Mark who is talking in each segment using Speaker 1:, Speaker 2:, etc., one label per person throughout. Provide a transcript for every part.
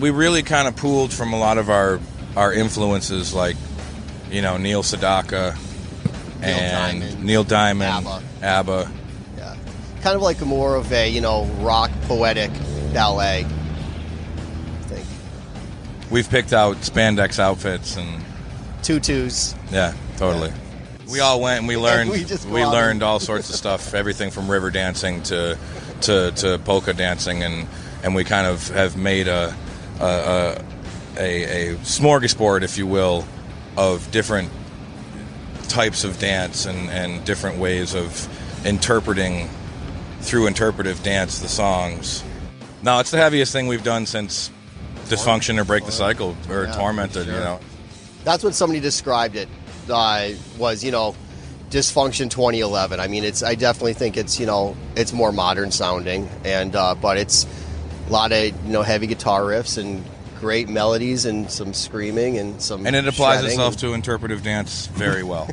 Speaker 1: we really kind of pooled from a lot of our our influences, like you know Neil Sedaka and
Speaker 2: Diamond.
Speaker 1: Neil Diamond,
Speaker 2: ABBA.
Speaker 1: ABBA.
Speaker 2: Yeah. Kind of like more of a, you know, rock poetic ballet. I think.
Speaker 1: We've picked out spandex outfits and
Speaker 2: Tutus.
Speaker 1: yeah, totally. We all went and we learned
Speaker 2: we just go
Speaker 1: we
Speaker 2: out and-
Speaker 1: learned all sorts of stuff, everything from river dancing to to, to polka dancing, and and we kind of have made a a, a a a smorgasbord, if you will, of different types of dance and and different ways of interpreting through interpretive dance the songs. No, it's the heaviest thing we've done since dysfunction or break the cycle or
Speaker 2: Yeah,
Speaker 1: tormented.
Speaker 2: sure.
Speaker 1: You know.
Speaker 2: That's when somebody described it. Uh, was you know, dysfunction 2011. I mean, it's. I definitely think it's you know, it's more modern sounding, and uh, but it's a lot of you know heavy guitar riffs and great melodies and some screaming and some.
Speaker 1: And it applies
Speaker 2: shredding.
Speaker 1: itself to interpretive dance very well.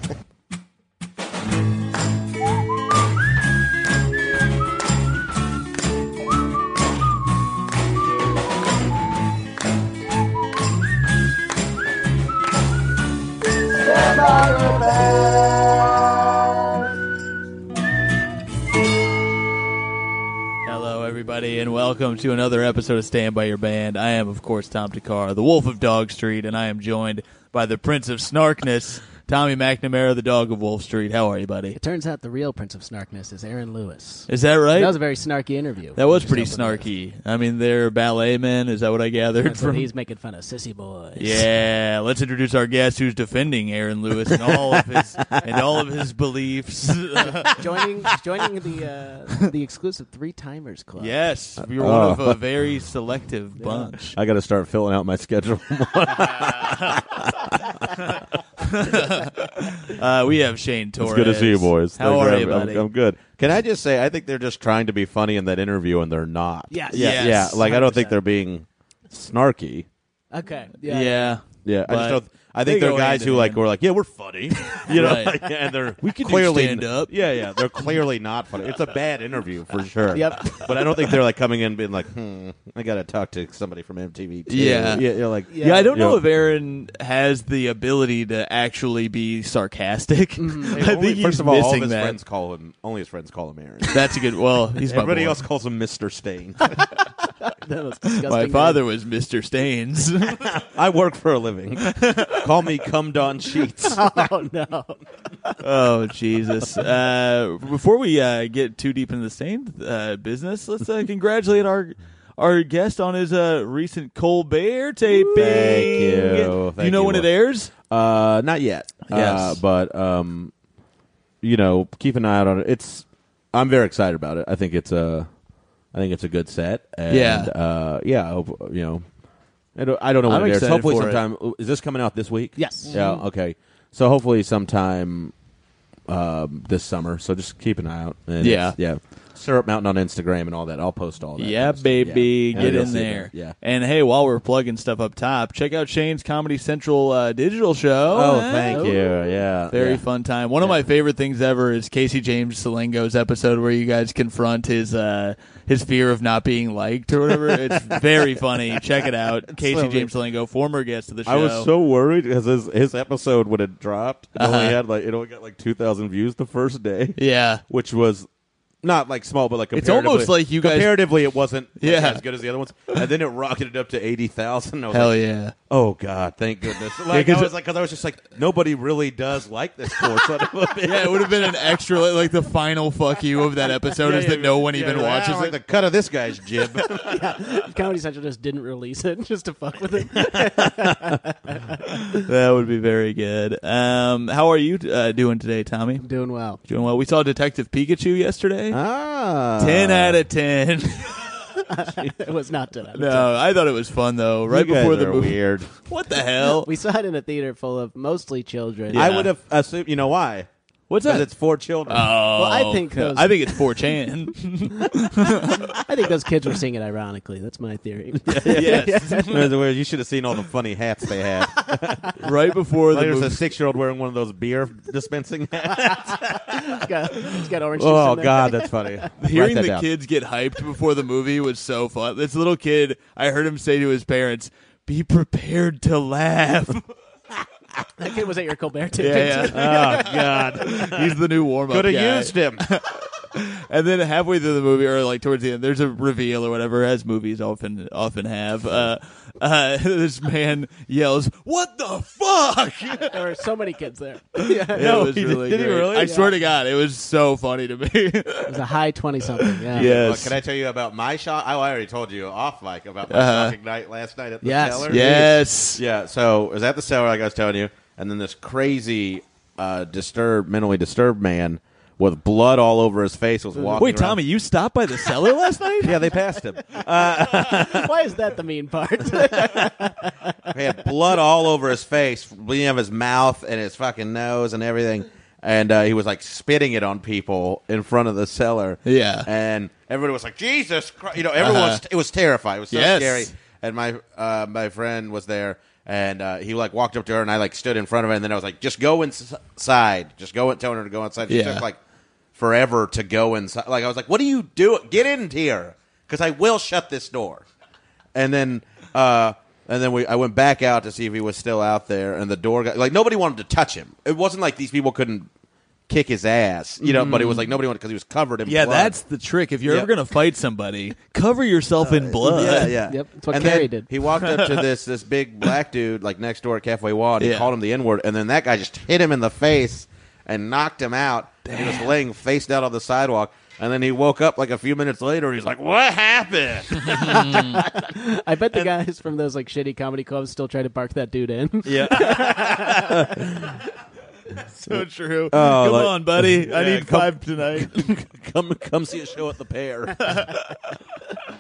Speaker 3: Hello, everybody, and welcome to another episode of Stand By Your Band. I am, of course, Tom Takar, the Wolf of Dog Street, and I am joined by the Prince of Snarkness, Tommy McNamara, the Dog of Wolf Street. How are you, buddy?
Speaker 4: It turns out the real Prince of Snarkness is Aaron Lewis.
Speaker 3: Is that right?
Speaker 4: That was a very snarky interview.
Speaker 3: That was pretty
Speaker 4: Yourself
Speaker 3: snarky.
Speaker 4: in
Speaker 3: I mean, they're ballet men. Is that what I gathered
Speaker 4: there. That's
Speaker 3: from?
Speaker 4: when he's making fun of sissy boys.
Speaker 3: Yeah, let's introduce our guest, who's defending Aaron Lewis and all of his and all of his beliefs.
Speaker 4: joining joining the uh, the exclusive three timers club.
Speaker 3: yes, you're
Speaker 5: Oh.
Speaker 3: one of a very selective bunch.
Speaker 5: I got to start filling out my schedule.
Speaker 3: Uh, we have Shane Torres.
Speaker 5: it's good to see you, boys.
Speaker 3: How
Speaker 5: Thank
Speaker 3: are
Speaker 5: I'm-
Speaker 3: you, buddy?
Speaker 5: I'm, I'm good. Can I just say, I think they're just trying to be funny in that interview, and they're not.
Speaker 4: Yes.
Speaker 5: Yeah.
Speaker 3: Yes.
Speaker 5: Yeah. Like I don't think
Speaker 4: 100%.
Speaker 5: they're being snarky.
Speaker 4: Okay.
Speaker 3: yeah.
Speaker 4: Yeah.
Speaker 5: Yeah. I
Speaker 3: But
Speaker 5: just don't. I
Speaker 3: they
Speaker 5: think
Speaker 3: go
Speaker 5: they're guys
Speaker 3: hand in
Speaker 5: who like
Speaker 3: hand.
Speaker 5: were like, yeah, we're funny, you know,
Speaker 3: Right.
Speaker 5: like, and they're we
Speaker 3: can do
Speaker 5: clearly
Speaker 3: stand-up.
Speaker 5: Yeah, yeah, they're clearly not funny. It's a bad interview for sure.
Speaker 4: Yep.
Speaker 5: But I don't think they're like coming in and being like, hmm, I got to talk to somebody from MTV. Too.
Speaker 3: Yeah.
Speaker 5: yeah, yeah, like
Speaker 3: Yeah, I don't know
Speaker 5: Yeah.
Speaker 3: if Aaron has the ability to actually be sarcastic. I think
Speaker 5: Mm-hmm. Only-
Speaker 3: he's
Speaker 5: first of all,
Speaker 3: missing
Speaker 5: all of his
Speaker 3: that.
Speaker 5: friends call him. Only his friends call him Aaron.
Speaker 3: That's a good. Well, he's my
Speaker 5: Everybody
Speaker 3: boy.
Speaker 5: else calls him Mister Stain.
Speaker 4: That was disgusting.
Speaker 3: My father was Mr. Staines.
Speaker 5: I work for a living. Call me Cum Don Sheets.
Speaker 4: Oh no.
Speaker 3: oh Jesus! Uh, before we uh, get too deep into the same uh, business, let's uh, congratulate our our guest on his uh, recent Colbert taping.
Speaker 5: Thank you.
Speaker 3: Do you
Speaker 5: Thank
Speaker 3: know
Speaker 5: you.
Speaker 3: when it airs?
Speaker 5: Uh, not yet. Uh,
Speaker 3: Yes.
Speaker 5: but um, you know, keep an eye out on it. It's. I'm very excited about it. I think it's a. I think it's a good set. And,
Speaker 3: Yeah.
Speaker 5: Uh, yeah. I hope you know. I don't, I don't know when
Speaker 3: I'm
Speaker 5: it airs.
Speaker 3: excited
Speaker 5: Hopefully,
Speaker 3: for it. Mm-hmm.
Speaker 5: sometime. oh, Is this coming out this week?
Speaker 4: Yes.
Speaker 5: Yeah. Okay. So hopefully, sometime um, this summer. So just keep an eye out. And
Speaker 3: Yeah.
Speaker 5: it's- Yeah. Syrup Mountain on Instagram and all that. I'll post all that.
Speaker 3: Yeah,
Speaker 5: kind of stuff. Yeah.
Speaker 3: baby,
Speaker 5: And
Speaker 3: get
Speaker 5: you'll
Speaker 3: in
Speaker 5: see that.
Speaker 3: there.
Speaker 5: Yeah.
Speaker 3: And hey, while we're plugging stuff up top, check out Shane's Comedy Central uh, digital show.
Speaker 5: Oh,
Speaker 3: Eh?
Speaker 5: thank you. Yeah.
Speaker 3: Very
Speaker 5: yeah.
Speaker 3: fun time. One of my favorite things ever is Casey James Salengo's episode where you guys confront his uh, his fear of not being liked or whatever. it's very funny. Check it out. Casey James Salengo, former guest of the show.
Speaker 5: I was so worried because his, his episode when it dropped, it
Speaker 3: Uh-huh.
Speaker 5: only had like it only got like two thousand views the first day,
Speaker 3: yeah.
Speaker 5: which was not like small, but like
Speaker 3: It's
Speaker 5: comparatively,
Speaker 3: almost like you guys-
Speaker 5: comparatively it wasn't like,
Speaker 3: Yeah.
Speaker 5: as good as the other ones, and then it rocketed up to eighty thousand.
Speaker 3: Hell
Speaker 5: like,
Speaker 3: yeah.
Speaker 5: Oh god, thank goodness! Like
Speaker 3: 'cause-
Speaker 5: I was like, because I was just like, nobody really does like this course.
Speaker 3: Yeah, it would have been an extra, like the final fuck you of that episode is that no one even watches
Speaker 5: like
Speaker 3: it.
Speaker 5: the cut of this guy's jib.
Speaker 4: Comedy Central just didn't release it just to fuck with it.
Speaker 3: That would be very good. Um, how are you uh, doing today, Tommy?
Speaker 4: Doing well.
Speaker 3: Doing well. We saw Detective Pikachu yesterday.
Speaker 5: ah,
Speaker 3: ten out of ten.
Speaker 4: It was not done.
Speaker 3: no, I thought it was fun though. Right
Speaker 5: You guys
Speaker 3: before the
Speaker 5: are
Speaker 3: movie.
Speaker 5: weird.
Speaker 3: What the hell?
Speaker 4: We saw it in a theater full of mostly children.
Speaker 3: Yeah.
Speaker 5: I would have assumed. You know why?
Speaker 3: What's
Speaker 5: Because
Speaker 3: that?
Speaker 5: it's four children.
Speaker 3: Oh,
Speaker 4: I think those-
Speaker 3: I think it's four chan.
Speaker 4: I think those kids were singing ironically. That's my theory.
Speaker 3: yes,
Speaker 5: In other words, you should have seen all the funny hats they had.
Speaker 3: right before the
Speaker 5: Like there's
Speaker 3: movie.
Speaker 5: a six-year-old wearing one of those beer dispensing hats.
Speaker 4: He's got, he's got orange juice
Speaker 5: oh
Speaker 4: in there.
Speaker 5: God, that's funny. Write
Speaker 3: Hearing
Speaker 5: that
Speaker 3: the
Speaker 5: down.
Speaker 3: kids get hyped before the movie was so fun. This little kid, I heard him say to his parents, "Be prepared to laugh."
Speaker 4: That kid was at your Colbert taping.
Speaker 3: yeah,
Speaker 4: too.
Speaker 3: yeah. oh God, he's the new warm up.
Speaker 5: could
Speaker 3: guy.
Speaker 5: have used him.
Speaker 3: And then halfway through the movie, or like towards the end, there's a reveal or whatever, as movies often often have. Uh, uh, this man yells, "What the fuck!"
Speaker 4: There were so many kids there. Yeah.
Speaker 3: it was
Speaker 5: he did-
Speaker 3: really
Speaker 5: did he
Speaker 3: great.
Speaker 5: really?
Speaker 3: I swear to God, it was so funny to me.
Speaker 4: It was a high 20 something. Yeah.
Speaker 5: Look, can I tell you about my shot? Oh, I already told you off mic about my
Speaker 3: Uh-huh.
Speaker 5: shocking night last night at the
Speaker 4: Yes.
Speaker 5: cellar.
Speaker 3: yes.
Speaker 5: Yeah, so it was at the cellar, like I was telling you, and then this crazy, uh, disturbed, mentally disturbed man with blood all over his face was walking.
Speaker 3: Wait,
Speaker 5: around.
Speaker 3: Tommy, you stopped by the cellar last night?
Speaker 5: Yeah, they passed him.
Speaker 4: Why is that the mean part?
Speaker 5: He had blood all over his face, bleeding out of his mouth and his fucking nose and everything. And uh, he was like spitting it on people in front of the cellar.
Speaker 3: Yeah.
Speaker 5: And everybody was like, Jesus Christ. You know, everyone was,
Speaker 3: Uh-huh.
Speaker 5: it was terrifying. It was so
Speaker 3: Yes.
Speaker 5: scary. And my, uh, my friend was there and uh, he like walked up to her and I like stood in front of her and then I was like, just go inside. Just go and telling her to go inside. She
Speaker 3: Yeah.
Speaker 5: took like forever to go inside. Like I was like, what are you doing? Get in here because I will shut this door and then uh and then we I went back out to see if he was still out there and the door got like nobody wanted to touch him. It wasn't like these people couldn't kick his ass, you know, but it was like nobody wanted cuz he was covered in
Speaker 3: Mm. Yeah,
Speaker 5: blood.
Speaker 3: that's the trick. If you're
Speaker 5: Yeah. Uh,
Speaker 3: ever gonna fight somebody, cover yourself in blood.
Speaker 5: yeah, yeah.
Speaker 4: Yep, that's what
Speaker 5: and
Speaker 4: Carrie
Speaker 5: then
Speaker 4: did.
Speaker 5: He walked up to this this big black dude like next door at Cafe Wall and he
Speaker 3: Yeah.
Speaker 5: called him the N-word and then that guy just hit him in the face and knocked him out. And he was laying face down on the sidewalk. And then he woke up like a few minutes later and he's like, "What happened?"
Speaker 4: I bet the guys from those like shitty comedy clubs still try to bark that dude in.
Speaker 5: Yeah.
Speaker 3: So true.
Speaker 5: Oh,
Speaker 3: come
Speaker 5: like-
Speaker 3: on, buddy. I
Speaker 5: Yeah,
Speaker 3: need
Speaker 5: come-
Speaker 3: five tonight.
Speaker 5: come come see a show at the pair.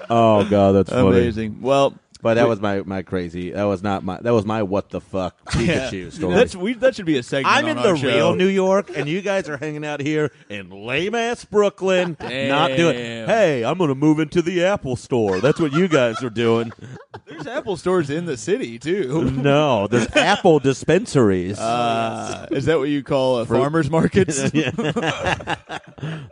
Speaker 6: Oh god, that's
Speaker 3: Amazing. Well,
Speaker 5: But that was my, my crazy. That was not my. That was my what the fuck
Speaker 3: yeah.
Speaker 5: Pikachu story.
Speaker 3: That's we. That should be a segment.
Speaker 5: I'm
Speaker 3: on
Speaker 5: in
Speaker 3: our
Speaker 5: the
Speaker 3: show.
Speaker 5: real New York, and you guys are hanging out here in lame ass Brooklyn, not doing.
Speaker 3: Damn.
Speaker 5: Hey, I'm gonna move into the Apple Store. That's what you guys are doing.
Speaker 3: There's Apple stores in the city too.
Speaker 5: No, there's Apple dispensaries.
Speaker 3: Uh, is that what you call uh, farmers markets?
Speaker 5: It's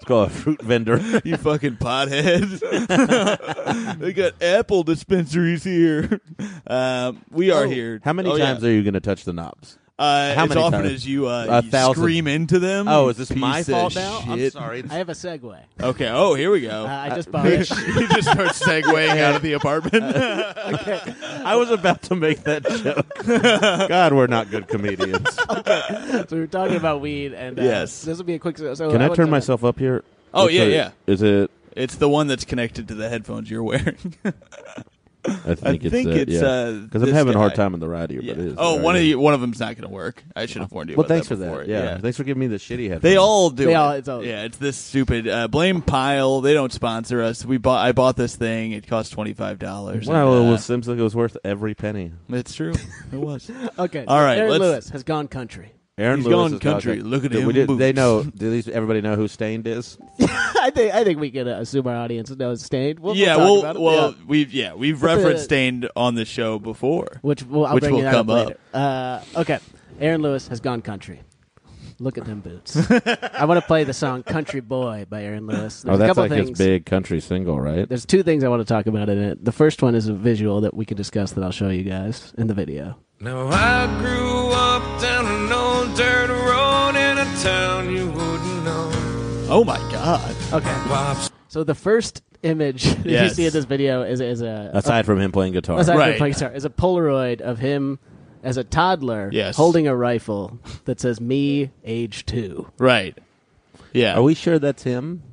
Speaker 5: called a fruit vendor.
Speaker 3: you fucking potheads. they got Apple dispensaries here. Um, we are here.
Speaker 5: How many
Speaker 3: Oh, yeah.
Speaker 5: times are you gonna touch the knobs?
Speaker 3: Uh,
Speaker 5: how
Speaker 3: as
Speaker 5: many
Speaker 3: often
Speaker 5: times?
Speaker 3: as you, uh,
Speaker 5: A
Speaker 3: you
Speaker 5: thousand.
Speaker 3: scream into them.
Speaker 5: Oh,
Speaker 3: you
Speaker 5: is this my
Speaker 3: piece
Speaker 5: fault
Speaker 3: of
Speaker 5: now? I'm
Speaker 3: shit.
Speaker 5: sorry.
Speaker 4: I have a segue.
Speaker 3: Okay. Oh, here we go.
Speaker 4: Uh, I just borrowed it.
Speaker 3: he just starts segueing out of the
Speaker 5: Uh,
Speaker 3: apartment.
Speaker 5: I was about to make that joke. God, we're not good comedians.
Speaker 3: Oh,
Speaker 4: So we were talking about weed, and uh,
Speaker 3: Yes.
Speaker 4: this will be a quick. So
Speaker 5: Can I
Speaker 4: went
Speaker 5: turn
Speaker 4: to-
Speaker 5: myself up here?
Speaker 3: Oh,
Speaker 5: Let's
Speaker 3: yeah,
Speaker 5: see.
Speaker 3: yeah.
Speaker 5: Is it?
Speaker 3: it's the one that's connected to the headphones you're wearing.
Speaker 5: I think it's
Speaker 3: think
Speaker 5: that,
Speaker 3: it's,
Speaker 5: yeah.
Speaker 3: uh,
Speaker 5: I'm
Speaker 3: this
Speaker 5: having a hard
Speaker 3: guy.
Speaker 5: time on the ride here.
Speaker 3: Yeah.
Speaker 5: But it is
Speaker 3: Oh,
Speaker 5: the
Speaker 3: one
Speaker 5: ride
Speaker 3: of
Speaker 5: here.
Speaker 3: you, one of them's not going to work. I should have warned you.
Speaker 5: Well,
Speaker 3: about
Speaker 5: thanks
Speaker 3: that
Speaker 5: for
Speaker 3: before.
Speaker 5: that. Yeah. thanks for giving me the shitty head.
Speaker 3: They all do.
Speaker 4: They
Speaker 3: it.
Speaker 4: all- it's all-
Speaker 3: yeah, it's this stupid uh, blame pile. They don't sponsor us. We bought. I bought this thing. It cost twenty five dollars. uh,
Speaker 5: Well, it was, seems like it was worth every penny.
Speaker 3: it's true. It was.
Speaker 4: Okay.
Speaker 3: All
Speaker 4: so
Speaker 3: right,
Speaker 4: Aaron
Speaker 3: let's-
Speaker 4: Lewis has gone country.
Speaker 5: Aaron
Speaker 3: He's
Speaker 5: Lewis
Speaker 3: gone
Speaker 5: is not
Speaker 3: country.
Speaker 5: good.
Speaker 3: Look at
Speaker 5: Did
Speaker 3: him
Speaker 5: We did,
Speaker 3: boots.
Speaker 5: they know. Do these everybody know who Stained is?
Speaker 4: I think I think we can uh, assume our audience knows Stained. We'll,
Speaker 3: yeah.
Speaker 4: we'll talk
Speaker 3: Well, well,
Speaker 4: about it. Yeah.
Speaker 3: we've yeah we've referenced
Speaker 4: uh,
Speaker 3: stained on the show before.
Speaker 4: which we'll, I'll
Speaker 3: which
Speaker 4: bring
Speaker 3: will
Speaker 4: that
Speaker 3: come
Speaker 4: up
Speaker 3: up.
Speaker 4: later. Uh, okay, Aaron Lewis has gone country. Look at them boots. I want to play the song "Country Boy" by Aaron Lewis. There's
Speaker 5: oh,
Speaker 4: a
Speaker 5: that's
Speaker 4: couple
Speaker 5: like
Speaker 4: things.
Speaker 5: his big country single, right?
Speaker 4: There's two things I want to talk about in it. The first one is a visual that we can discuss that I'll show you guys in the video.
Speaker 7: Now I grew up down an old dirt road in a town you wouldn't know.
Speaker 3: Oh my god.
Speaker 4: Okay.
Speaker 7: Pops
Speaker 4: So the first image that you
Speaker 3: Yes.
Speaker 4: see in this video is is a
Speaker 5: Aside from him playing guitar,
Speaker 4: aside
Speaker 3: Right.
Speaker 4: from playing guitar, is a Polaroid of him as a toddler
Speaker 3: Yes.
Speaker 4: holding a rifle that says "Me, age two.
Speaker 3: Right. Yeah.
Speaker 5: are we sure that's him?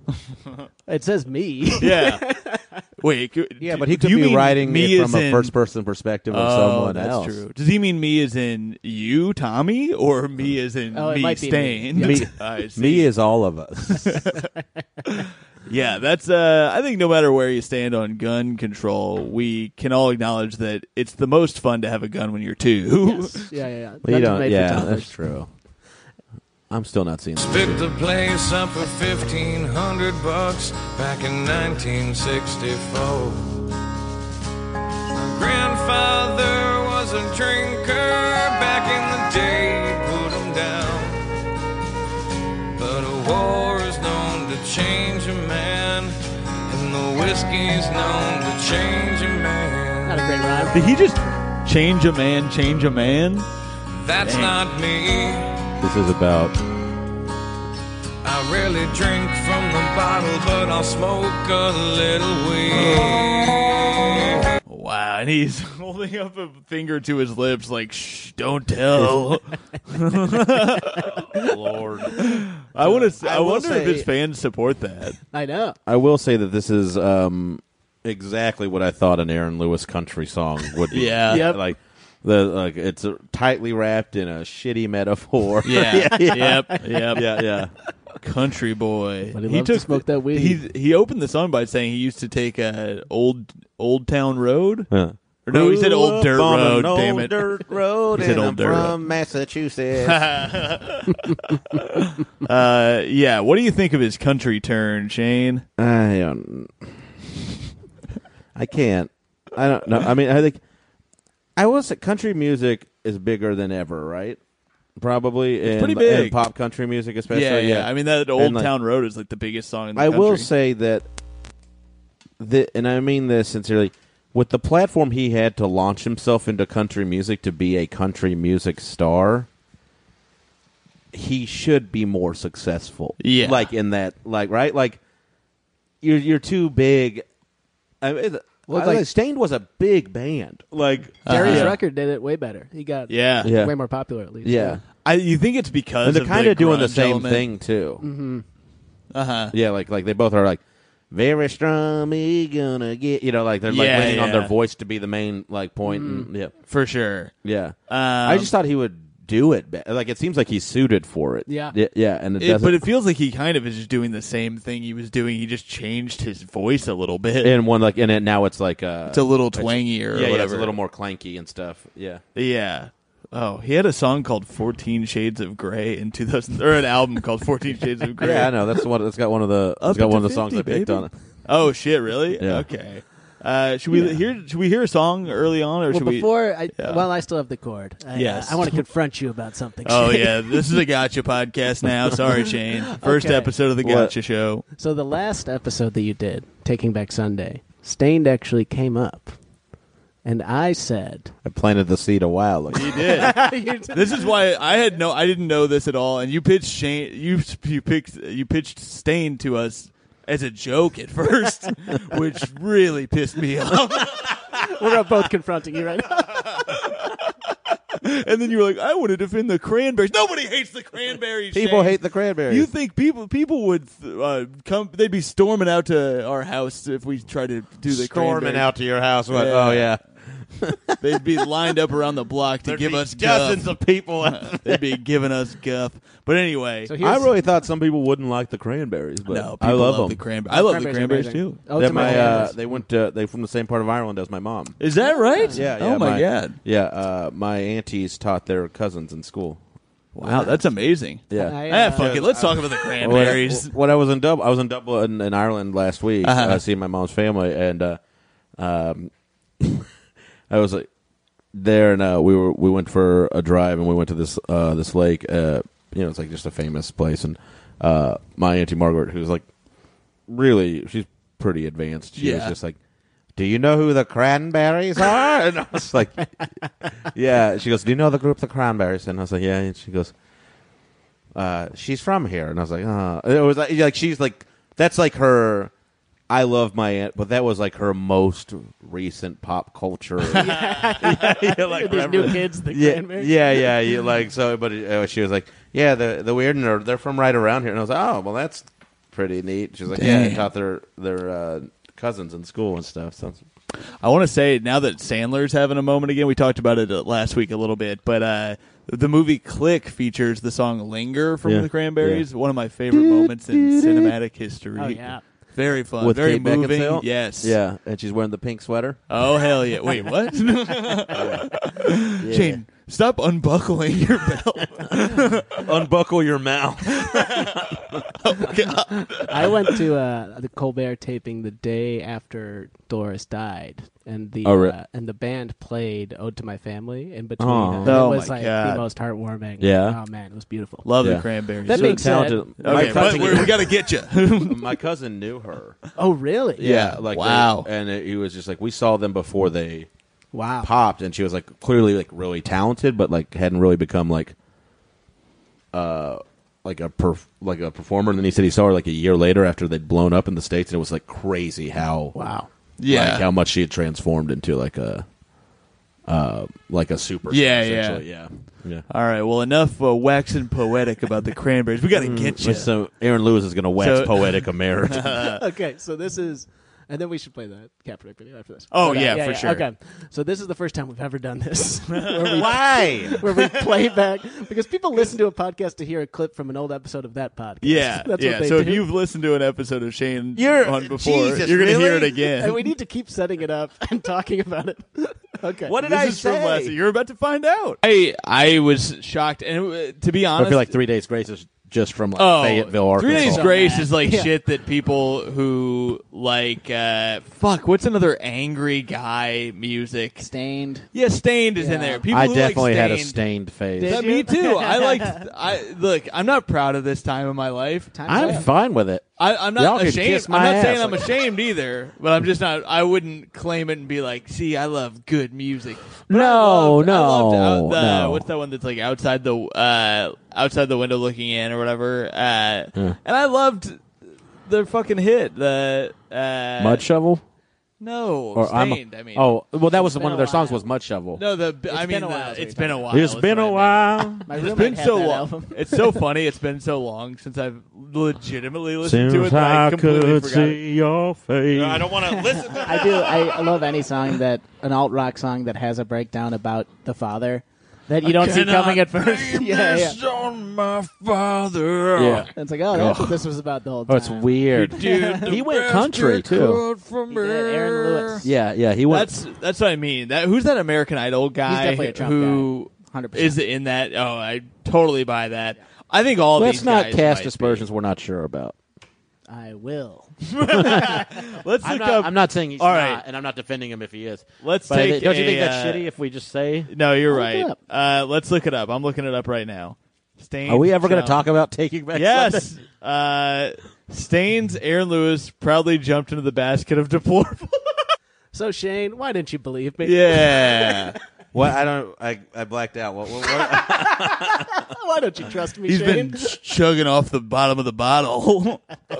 Speaker 4: It says "Me."
Speaker 3: Yeah. Wait. c-
Speaker 5: Yeah,
Speaker 3: d-
Speaker 5: but he
Speaker 3: do
Speaker 5: could
Speaker 3: you
Speaker 5: be
Speaker 3: mean
Speaker 5: writing
Speaker 3: me
Speaker 5: it
Speaker 3: as
Speaker 5: from a
Speaker 3: in-
Speaker 5: first-person perspective of
Speaker 3: Oh,
Speaker 5: someone
Speaker 3: that's
Speaker 5: else.
Speaker 3: true. Does he mean me as in you, Tommy, or me as in
Speaker 4: Oh, it
Speaker 3: me
Speaker 4: might be me.
Speaker 3: stained?
Speaker 4: Yeah.
Speaker 5: Me-
Speaker 3: I see.
Speaker 5: Me is all of us.
Speaker 3: Yeah, that's. Uh, I think no matter where you stand on gun control, we can all acknowledge that it's the most fun to have a gun when you're two.
Speaker 4: yeah, yeah, yeah.
Speaker 5: you
Speaker 4: Guns are
Speaker 5: don't.
Speaker 4: made for
Speaker 5: Yeah,
Speaker 4: toddlers.
Speaker 5: that's true. I'm still not seeing this.
Speaker 7: Picked the place up for 1500 bucks back in 1964. My grandfather was a drinker back in the day, you put him down. But a war is known to change a man, and the whiskey's known to change a
Speaker 4: Not
Speaker 7: man.
Speaker 4: a great rhyme.
Speaker 3: Did he just change a man, change a man?
Speaker 7: That's not me.
Speaker 5: This is about.
Speaker 7: I rarely drink from the bottle, but I'll smoke a little weed.
Speaker 3: Wow, and he's holding up a finger to his lips, like, "Shh, don't tell." Lord, I want to. I,
Speaker 8: I will
Speaker 3: wonder if his
Speaker 8: say-
Speaker 3: fans support that.
Speaker 4: I
Speaker 3: Uh,
Speaker 4: know.
Speaker 5: I will say that this is um, exactly what I thought an Aaron Lewis country song would be.
Speaker 3: Yeah.
Speaker 4: Yep.
Speaker 5: Like the like it's uh, tightly wrapped in a shitty metaphor.
Speaker 3: Yeah. Yep. Yep.
Speaker 5: yeah, yeah.
Speaker 3: Country boy.
Speaker 4: But he loves to smoke that weed.
Speaker 3: He he opened the song by saying he used to take a old Old Town Road.
Speaker 5: Huh.
Speaker 3: Or no, he said
Speaker 8: Grew
Speaker 3: Old
Speaker 8: up
Speaker 3: Dirt
Speaker 8: on
Speaker 3: Road.
Speaker 8: an old
Speaker 3: Damn it.
Speaker 8: Dirt road.
Speaker 3: He said
Speaker 8: and
Speaker 3: old
Speaker 8: I'm
Speaker 3: dirt road.
Speaker 8: from Massachusetts.
Speaker 3: Uh, yeah. What do you think of his country turn, Shane?
Speaker 5: I don't. I can't. I don't know. I mean, I think I will say country music is bigger than ever, right? Probably it's
Speaker 3: pretty big.
Speaker 5: pop country music, especially.
Speaker 3: yeah, yeah, I mean, that Old
Speaker 5: And, like-
Speaker 3: Town Road is like the biggest song in the
Speaker 5: I
Speaker 3: country.
Speaker 5: will say that, the, and I mean this sincerely, with the platform he had to launch himself into country music to be a country music star, he should be more successful.
Speaker 3: Yeah.
Speaker 5: like in that, like right, like you're you're too big. I mean, I-
Speaker 4: like-
Speaker 5: Stained was a big band. Like,
Speaker 4: Darius
Speaker 3: Uh-huh.
Speaker 4: Record did it way better. He got
Speaker 3: Yeah.
Speaker 5: Yeah.
Speaker 4: way more popular at least.
Speaker 5: yeah,
Speaker 3: I, you think it's because
Speaker 5: and they're
Speaker 3: of
Speaker 5: kind of doing the
Speaker 3: grunge
Speaker 5: same
Speaker 3: element?
Speaker 5: thing too.
Speaker 3: Uh-huh.
Speaker 5: Yeah, like like they both are like very strong. we gonna get you know like they're like
Speaker 3: Yeah,
Speaker 5: leaning on their
Speaker 3: yeah.
Speaker 5: voice to be the main like point. And, yeah,
Speaker 3: For sure.
Speaker 5: yeah. I
Speaker 3: Um,
Speaker 5: just thought he would do it. Be- like it seems like he's suited for it.
Speaker 4: Yeah.
Speaker 5: yeah, yeah, and it,
Speaker 3: It,
Speaker 5: doesn't.
Speaker 3: but it feels like he kind of is just doing the same thing he was doing. He just changed his voice a little bit.
Speaker 5: and one like and it now it's like uh,
Speaker 3: it's a little twangier or
Speaker 5: yeah, yeah, it's
Speaker 3: whatever.
Speaker 5: a little more clanky and stuff. Yeah,
Speaker 3: Yeah. Oh, he had a song called 14 Shades of Grey in 2000 or an album called 14 Shades of Grey.
Speaker 5: yeah, I know. That's one. That's got one of the.
Speaker 3: Up
Speaker 5: It's got
Speaker 3: to
Speaker 5: one of the songs
Speaker 3: 50,
Speaker 5: I picked
Speaker 3: baby.
Speaker 5: on it.
Speaker 3: Oh shit, really?
Speaker 5: Yeah.
Speaker 3: Okay. Uh, should we hear should we hear a song early on or
Speaker 4: Well,
Speaker 3: should we
Speaker 4: before I,
Speaker 3: Yeah.
Speaker 4: well, I still have the chord. I, uh,
Speaker 3: Yes.
Speaker 4: I want to confront you about something.
Speaker 3: Oh yeah, this is a gotcha podcast now. Sorry, Shane. First
Speaker 4: Okay.
Speaker 3: episode of the
Speaker 5: What?
Speaker 3: gotcha show.
Speaker 4: So the last episode that you did, Taking Back Sunday, Stained actually came up, and I said,
Speaker 5: I planted the seed a while ago.
Speaker 3: He did. this is why I had no I didn't know this at all and you pitched Shane you you picked you pitched Stain to us as a joke at first, which really pissed me off.
Speaker 4: "We're both confronting you right now."
Speaker 3: And then you were like, I want to defend the cranberries. Nobody hates the cranberries.
Speaker 5: People
Speaker 3: Shane.
Speaker 5: hate the cranberries.
Speaker 3: You think people people would uh, come? They'd be storming out to our house if we tried to do the
Speaker 8: Storming
Speaker 3: cranberries.
Speaker 8: out to your house. Like,
Speaker 3: Yeah.
Speaker 8: Oh yeah,
Speaker 3: They'd be lined up around the block to
Speaker 8: There'd
Speaker 3: give
Speaker 8: be
Speaker 3: us
Speaker 8: dozens
Speaker 3: guff.
Speaker 8: of people.
Speaker 3: They'd be giving us guff. But anyway,
Speaker 4: So
Speaker 5: I
Speaker 4: here's-
Speaker 5: really thought some people wouldn't like the cranberries, but
Speaker 3: no, people
Speaker 5: I love, them.
Speaker 3: the cranberries. I love the
Speaker 4: Cranberries
Speaker 3: cranberries
Speaker 4: are
Speaker 3: too.
Speaker 4: amazing. Oh,
Speaker 5: They're
Speaker 4: it's
Speaker 5: my, uh,
Speaker 4: amazing.
Speaker 5: they went to, they from the same part of Ireland as my mom.
Speaker 3: Is that right?
Speaker 5: Yeah. yeah
Speaker 3: oh my, god.
Speaker 5: Yeah. Uh, my aunties taught their cousins in school.
Speaker 3: Wow, that's amazing.
Speaker 5: Yeah.
Speaker 4: I,
Speaker 3: Ah,
Speaker 4: uh,
Speaker 3: fuck it. Let's talk about the
Speaker 5: when,
Speaker 3: cranberries.
Speaker 5: when I was in Dublin, I was in Dublin in Ireland last week.
Speaker 3: Uh-huh.
Speaker 5: Uh, seeing my mom's family, and uh, um, I was like there, and uh, we were we went for a drive, and we went to this uh, this lake. Uh, you know, it's like just a famous place, and uh, my auntie Margaret, who's like really, she's pretty advanced. She was
Speaker 3: Yeah.
Speaker 5: just like. Do you know who the cranberries are? And I was like, Yeah. She goes, Do you know the group the cranberries? And I was like, Yeah. And she goes, uh, she's from here, and I was like, uh it was like, like she's like that's like her. I love my aunt, but that was like her most recent pop culture. yeah, yeah, like
Speaker 4: these
Speaker 5: whatever.
Speaker 4: new kids, the
Speaker 5: yeah,
Speaker 4: cranberries.
Speaker 5: yeah, yeah, you like so. But uh, she was like, yeah, the the weird nerd, they're from right around here, and I was like, oh, well, that's pretty neat. She was like, yeah, I
Speaker 3: Damn.
Speaker 5: taught their their uh, cousins in school and stuff. So
Speaker 3: I want to say now that Sandler's having a moment again. We talked about it uh, last week a little bit, but uh, the movie Click features the song "Linger" from
Speaker 5: Yeah.
Speaker 3: the Cranberries. One of my favorite moments in cinematic history.
Speaker 4: Oh, yeah.
Speaker 3: very fun,
Speaker 5: With
Speaker 3: Uh, very
Speaker 5: Kate
Speaker 3: moving.
Speaker 5: Beckinsale?
Speaker 3: Yes,
Speaker 5: yeah, and she's wearing the pink sweater.
Speaker 3: Oh hell yeah! Wait, what? Shane, Stop unbuckling your belt.
Speaker 5: Unbuckle your mouth.
Speaker 4: I went to uh, the Colbert taping the day after Doris died, and the
Speaker 5: Oh, re-
Speaker 4: uh, and the band played "Ode to My Family" in between.
Speaker 5: Aw.
Speaker 4: them. And
Speaker 3: Oh,
Speaker 4: it was
Speaker 3: my
Speaker 4: like
Speaker 3: God.
Speaker 4: the most heartwarming.
Speaker 5: Yeah.
Speaker 4: oh man, it was beautiful.
Speaker 3: Love
Speaker 5: Yeah.
Speaker 3: the cranberries.
Speaker 4: That
Speaker 5: She's a
Speaker 4: being said-
Speaker 5: talented-
Speaker 3: okay,
Speaker 5: my,
Speaker 3: but
Speaker 5: cousin,
Speaker 3: we, we got to get you.
Speaker 5: my cousin knew her.
Speaker 4: oh really?
Speaker 5: Yeah, like they-
Speaker 3: Wow.
Speaker 5: and it, he was just like, we saw them before they
Speaker 4: Wow.
Speaker 5: popped, and she was like clearly like really talented, but like hadn't really become like, uh, like a perf- like a performer. And then he said he saw her like a year later after they'd blown up in the states, and it was like crazy how
Speaker 4: Wow.
Speaker 3: Yeah.
Speaker 5: like, how much she had transformed into like a, uh, like a super
Speaker 3: Yeah,
Speaker 5: essentially. yeah, yeah.
Speaker 3: All right. Well, enough uh, waxing poetic about the cranberries. We got to get you.
Speaker 5: Mm, So Aaron Lewis is going to wax
Speaker 3: So-
Speaker 5: poetic a marriage.
Speaker 4: okay, so this is, and then we should play the Kaepernick video after this.
Speaker 3: Oh,
Speaker 4: But, uh,
Speaker 3: yeah, for sure.
Speaker 4: Okay, so this is the first time we've ever done this, where we,
Speaker 5: Why?
Speaker 4: where we play back because people listen to a podcast to hear a clip from an old episode of that podcast.
Speaker 3: Yeah,
Speaker 4: that's
Speaker 3: yeah.
Speaker 4: what they
Speaker 3: so if
Speaker 4: do.
Speaker 3: you've listened to an episode of Shane
Speaker 5: You're-
Speaker 3: on before,
Speaker 5: Jesus,
Speaker 3: you're gonna hear it
Speaker 5: really?
Speaker 3: again.
Speaker 4: and we need to keep setting it up and talking about it. okay,
Speaker 5: What did
Speaker 3: this
Speaker 5: I
Speaker 3: is
Speaker 5: say?
Speaker 3: from last. You're about to find out. I I was shocked, and uh, to be
Speaker 5: I
Speaker 3: honest,
Speaker 5: feel like Three Days Grace is just from like,
Speaker 3: Oh,
Speaker 5: Fayetteville, Arkansas.
Speaker 3: Three Days Grace
Speaker 4: Yeah.
Speaker 3: is like
Speaker 4: Yeah.
Speaker 3: shit that people who like uh fuck. What's another angry guy music?
Speaker 4: stained.
Speaker 3: Yeah, Stained is
Speaker 4: Yeah.
Speaker 3: in there. People
Speaker 5: I
Speaker 3: who
Speaker 5: definitely
Speaker 3: like
Speaker 5: had a
Speaker 3: Stained-
Speaker 5: stained face.
Speaker 4: Did
Speaker 3: Yeah,
Speaker 4: you?
Speaker 3: me too. I like. I look. I'm not proud of this time in my life.
Speaker 5: I'm fine with it.
Speaker 3: I, I'm not
Speaker 5: Y'all can
Speaker 3: ashamed.
Speaker 5: kiss
Speaker 3: I'm
Speaker 5: my
Speaker 3: not saying
Speaker 5: ass.
Speaker 3: I'm ashamed either, but I'm just not. I wouldn't claim it and be like, "See, I love good music." But I
Speaker 5: No,
Speaker 3: loved- I
Speaker 5: no,
Speaker 3: loved out- the-
Speaker 5: no.
Speaker 3: What's that one that's like outside the uh, outside the window looking in or whatever? Uh, And I loved their fucking hit, the uh,
Speaker 5: Mud shovel
Speaker 3: No, stained.
Speaker 5: a-
Speaker 3: i mean,
Speaker 5: oh well, that was one
Speaker 4: a
Speaker 5: of their songs
Speaker 4: while.
Speaker 5: was mud shovel.
Speaker 3: no, the I mean,
Speaker 4: been a while is
Speaker 3: the,
Speaker 4: what
Speaker 3: it's
Speaker 4: you're
Speaker 3: been a while.
Speaker 5: it's
Speaker 3: is
Speaker 5: been
Speaker 3: what I meant.
Speaker 5: a while.
Speaker 4: My
Speaker 3: It's
Speaker 4: roommate
Speaker 3: been
Speaker 4: had
Speaker 3: so
Speaker 4: that
Speaker 3: long.
Speaker 4: album.
Speaker 3: It's so funny. It's been so long since I've legitimately listened to it.
Speaker 5: Since
Speaker 3: that I
Speaker 5: I
Speaker 3: completely
Speaker 5: could
Speaker 3: forgot. it.
Speaker 5: see your face,
Speaker 7: I don't want to listen to
Speaker 4: I do. I I love any song that an alt rock song that has a breakdown about the father that you don't see coming at first. yeah, yeah.
Speaker 7: on my father.
Speaker 5: yeah,
Speaker 4: It's like, oh, that's what this was about the whole time.
Speaker 5: oh, it's weird. he went country too.
Speaker 4: He did, Aaron Lewis.
Speaker 5: Yeah, yeah, he went.
Speaker 3: That's that's what I mean. That who's that American Idol guy
Speaker 4: definitely a Trump
Speaker 3: who
Speaker 4: guy. 100%.
Speaker 3: is in that? Oh, I totally buy that. I think all
Speaker 5: let's
Speaker 3: these
Speaker 5: not
Speaker 3: guys might
Speaker 5: cast
Speaker 3: be.
Speaker 5: aspersions. We're not sure about.
Speaker 4: I will.
Speaker 3: Let's
Speaker 5: I'm
Speaker 3: look
Speaker 5: not,
Speaker 3: up.
Speaker 5: I'm not saying he's
Speaker 3: All
Speaker 5: not,
Speaker 3: right.
Speaker 5: and I'm not defending him if he is.
Speaker 3: Let's
Speaker 5: But I thi-
Speaker 3: take.
Speaker 5: don't you
Speaker 3: a,
Speaker 5: think that's
Speaker 3: uh,
Speaker 5: shitty if we just say?
Speaker 3: No, you're
Speaker 4: Look it
Speaker 3: right.
Speaker 4: up.
Speaker 3: Uh, let's look it up. I'm looking it up right now. Stains
Speaker 5: Are we ever going to
Speaker 3: Jump.
Speaker 5: talk about taking back? Sunday?
Speaker 3: Yes. Uh, Stains Aaron Lewis proudly jumped into the basket of deplorable.
Speaker 4: So Shane, why didn't you believe me?
Speaker 3: yeah.
Speaker 8: What I don't I, I blacked out. What, what, what?
Speaker 4: Why don't you trust me,
Speaker 3: He's
Speaker 4: Shane?
Speaker 3: been chugging off the bottom of the bottle.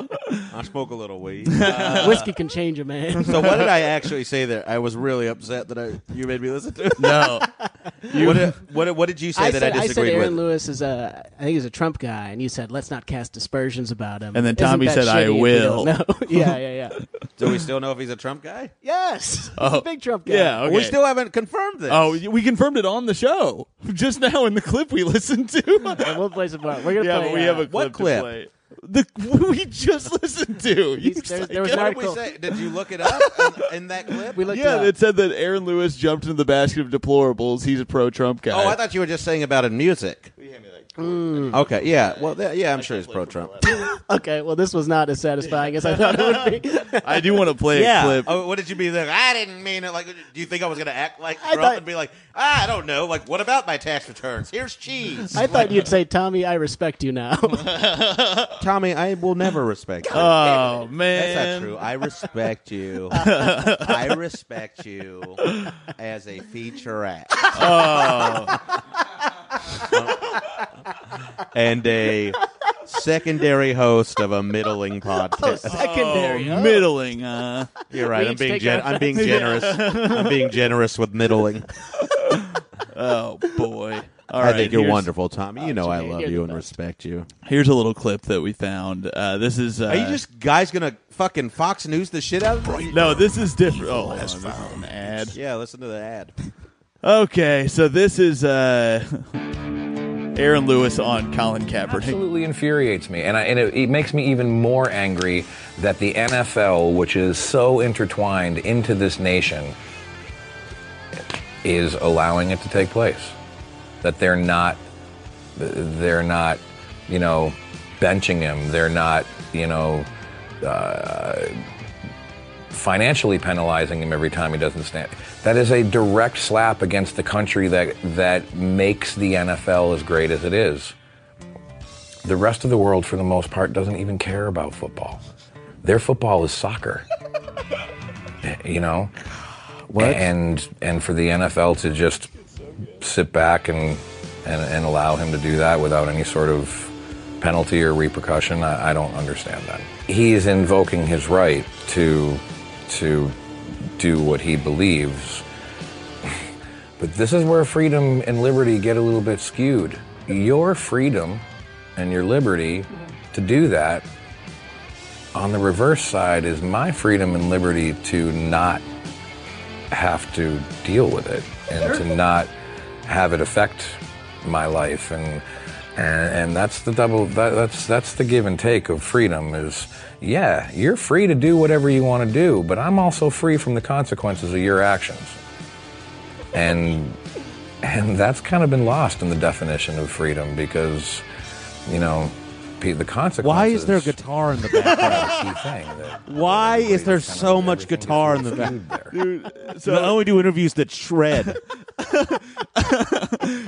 Speaker 8: I smoke a little weed. Uh,
Speaker 4: Whiskey can change a man.
Speaker 8: so what did I actually say there? I was really upset that I you made me listen to. it.
Speaker 3: no.
Speaker 8: what, did, what, did- what did you say
Speaker 4: I
Speaker 8: that
Speaker 4: said,
Speaker 8: I
Speaker 4: I said
Speaker 8: disagreed
Speaker 4: Aaron
Speaker 8: with?
Speaker 4: Lewis is a, I think he's a Trump guy, and you said let's not cast aspersions about him.
Speaker 3: And then
Speaker 4: Isn't
Speaker 3: Tommy
Speaker 4: that
Speaker 3: said, I
Speaker 4: shitty if we
Speaker 3: will.
Speaker 4: don't know? yeah, yeah, yeah.
Speaker 8: Do we still know if he's a Trump guy?
Speaker 4: Yes,
Speaker 3: Oh.
Speaker 4: big Trump guy.
Speaker 3: Yeah. Okay.
Speaker 8: We still haven't confirmed this.
Speaker 3: Oh, we confirmed it on the show just now in the clip we listened to.
Speaker 4: And we'll play some more. We're gonna
Speaker 3: yeah,
Speaker 4: play.
Speaker 3: but we
Speaker 4: uh,
Speaker 3: have a clip
Speaker 8: what
Speaker 3: to
Speaker 8: clip?
Speaker 3: play. The what we just listened to. You
Speaker 4: He's-
Speaker 3: just
Speaker 4: there's-
Speaker 3: like-
Speaker 4: there was an
Speaker 8: what did we
Speaker 4: article.
Speaker 8: say? Did you look it up in, in that clip?
Speaker 4: We looked
Speaker 3: yeah,
Speaker 4: it
Speaker 3: it
Speaker 4: up.
Speaker 3: said that Aaron Lewis jumped into the basket of deplorables. He's a pro Trump guy.
Speaker 8: Oh, I thought you were just saying about in music.
Speaker 4: Mm.
Speaker 8: Okay, yeah. Well, th- yeah, I'm sure he's pro Trump.
Speaker 4: Okay, well, this was not as satisfying as I thought it would be.
Speaker 3: I do want to play a clip.
Speaker 8: Oh, what did you mean? Like, I didn't mean it. Like, do you think I was going to act like
Speaker 4: I
Speaker 8: Trump
Speaker 4: thought-
Speaker 8: and be like, ah, I don't know. Like, what about my tax returns? Here's cheese.
Speaker 4: I thought you'd say, Tommy, I respect you now.
Speaker 8: Tommy, I will never respect you.
Speaker 3: Oh, man.
Speaker 8: That's not true. I respect you. I respect you as a featurette. Oh. and a secondary host of a middling podcast.
Speaker 4: Secondary.
Speaker 3: Oh, middling. Uh,
Speaker 8: You're right.
Speaker 4: We
Speaker 8: I'm
Speaker 4: each
Speaker 8: being
Speaker 4: take
Speaker 8: gen-
Speaker 4: our-
Speaker 8: I'm being generous. I'm being generous with middling.
Speaker 3: oh boy. All
Speaker 8: I
Speaker 3: right,
Speaker 8: think you're
Speaker 3: here's- Oh,
Speaker 8: wonderful, Tommy. You know I
Speaker 4: Jermaine,
Speaker 8: love
Speaker 4: you're
Speaker 8: you
Speaker 4: the
Speaker 8: and
Speaker 4: best.
Speaker 8: respect you.
Speaker 3: Here's a little clip that we found. Uh, this is. Uh,
Speaker 8: Are you just guys gonna fucking Fox News the shit out of me?
Speaker 3: No, this is different. Oh, hold on, this is an ad.
Speaker 8: Yeah, listen to the ad.
Speaker 3: Okay, so this is uh, Aaron Lewis on Colin Kaepernick.
Speaker 9: absolutely infuriates me. And, I, and it, it makes me even more angry that the NFL, which is so intertwined into this nation, is allowing it to take place. that they're not they're not you know benching him. They're not you know uh, financially penalizing him every time he doesn't stand. That is a direct slap against the country that that makes the NFL as great as it is. The rest of the world, for the most part, doesn't even care about football. Their football is soccer. you know, and and for the NFL to just sit back and and, and allow him to do that without any sort of penalty or repercussion, I, I don't understand that. He is invoking his right to to do what he believes. But this is where freedom and liberty get a little bit skewed. Your freedom and your liberty to do that on the reverse side is my freedom and liberty to not have to deal with it and to not have it affect my life and and, and that's the double that, that's that's the give and take of freedom is yeah you're free to do whatever you want to do but I'm also free from the consequences of your actions and and that's kind of been lost in the definition of freedom because you know pe- the consequences
Speaker 5: Why is there a guitar in the background?
Speaker 9: key thing that-
Speaker 5: Why is there
Speaker 9: It's kind of
Speaker 5: so much
Speaker 9: everything is
Speaker 5: guitar in the back?
Speaker 9: skewed there.
Speaker 5: so I only do interviews that shred.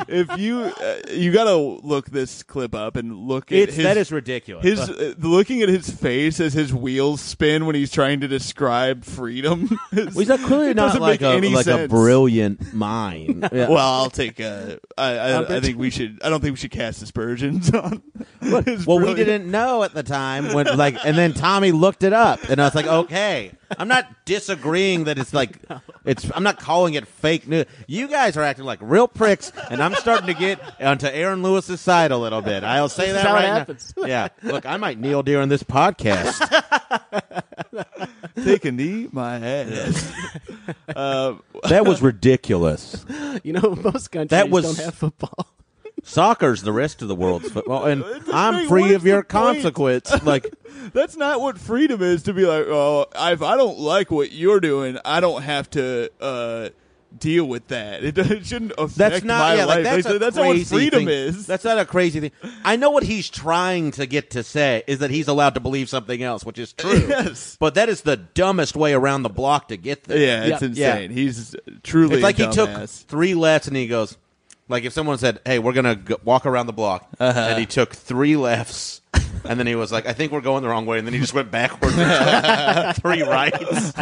Speaker 3: if you uh, you gotta look this clip up and look at
Speaker 5: It's,
Speaker 3: his,
Speaker 5: that is ridiculous.
Speaker 3: his uh, looking at his face as his wheels spin when he's trying to describe freedom. is-
Speaker 5: Well, he's not clearly
Speaker 3: it
Speaker 5: not
Speaker 3: doesn't
Speaker 5: like
Speaker 3: make
Speaker 5: a
Speaker 3: any
Speaker 5: like a
Speaker 3: sense.
Speaker 5: brilliant mind. Yeah.
Speaker 3: Well, I'll take. Uh, I, I, I
Speaker 5: Albert?
Speaker 3: think we should. I don't think we should cast aspersions on. his
Speaker 5: well, we
Speaker 3: brilliant-
Speaker 5: didn't know at the time when like, and then Tommy looked it up, and I was like, okay, I'm not disagreeing that it's like, it's I'm not calling it fake news. You guys are acting like real pricks, and I'm starting to get onto Aaron Lewis's side a little bit. I'll say that
Speaker 4: how it
Speaker 5: right now.
Speaker 4: happens.
Speaker 5: Yeah, look, I might kneel during this podcast.
Speaker 3: take a knee, my ass. uh,
Speaker 5: that was ridiculous.
Speaker 4: You know, most countries
Speaker 5: That was-
Speaker 4: don't have football.
Speaker 5: Soccer's the rest of the world's football, and I'm
Speaker 3: thing,
Speaker 5: free
Speaker 3: what's
Speaker 5: of
Speaker 3: the
Speaker 5: your
Speaker 3: point?
Speaker 5: consequence. Like.
Speaker 3: that's not what freedom is. To be like, oh, if I don't like what you're doing, I don't have to. Uh, Deal with that. It, it shouldn't affect
Speaker 5: That's not
Speaker 3: my
Speaker 5: yeah,
Speaker 3: life.
Speaker 5: like, that's,
Speaker 3: Like,
Speaker 5: a
Speaker 3: that's not
Speaker 5: crazy
Speaker 3: what freedom
Speaker 5: thing.
Speaker 3: is.
Speaker 5: That's not a crazy thing. I know what he's trying to get to say is that he's allowed to believe something else, which is true.
Speaker 3: Yes.
Speaker 5: But that is the dumbest way around the block to get there.
Speaker 3: Yeah, it's
Speaker 4: Yeah.
Speaker 3: insane. He's truly
Speaker 5: It's like
Speaker 3: a
Speaker 5: he took
Speaker 3: dumbass.
Speaker 5: three lefts and he goes like if someone said, "Hey, we're going to walk around the block."
Speaker 3: Uh-huh.
Speaker 5: And he took three lefts. And then he was like, "I think we're going the wrong way." And then he just went backwards, and took three rights.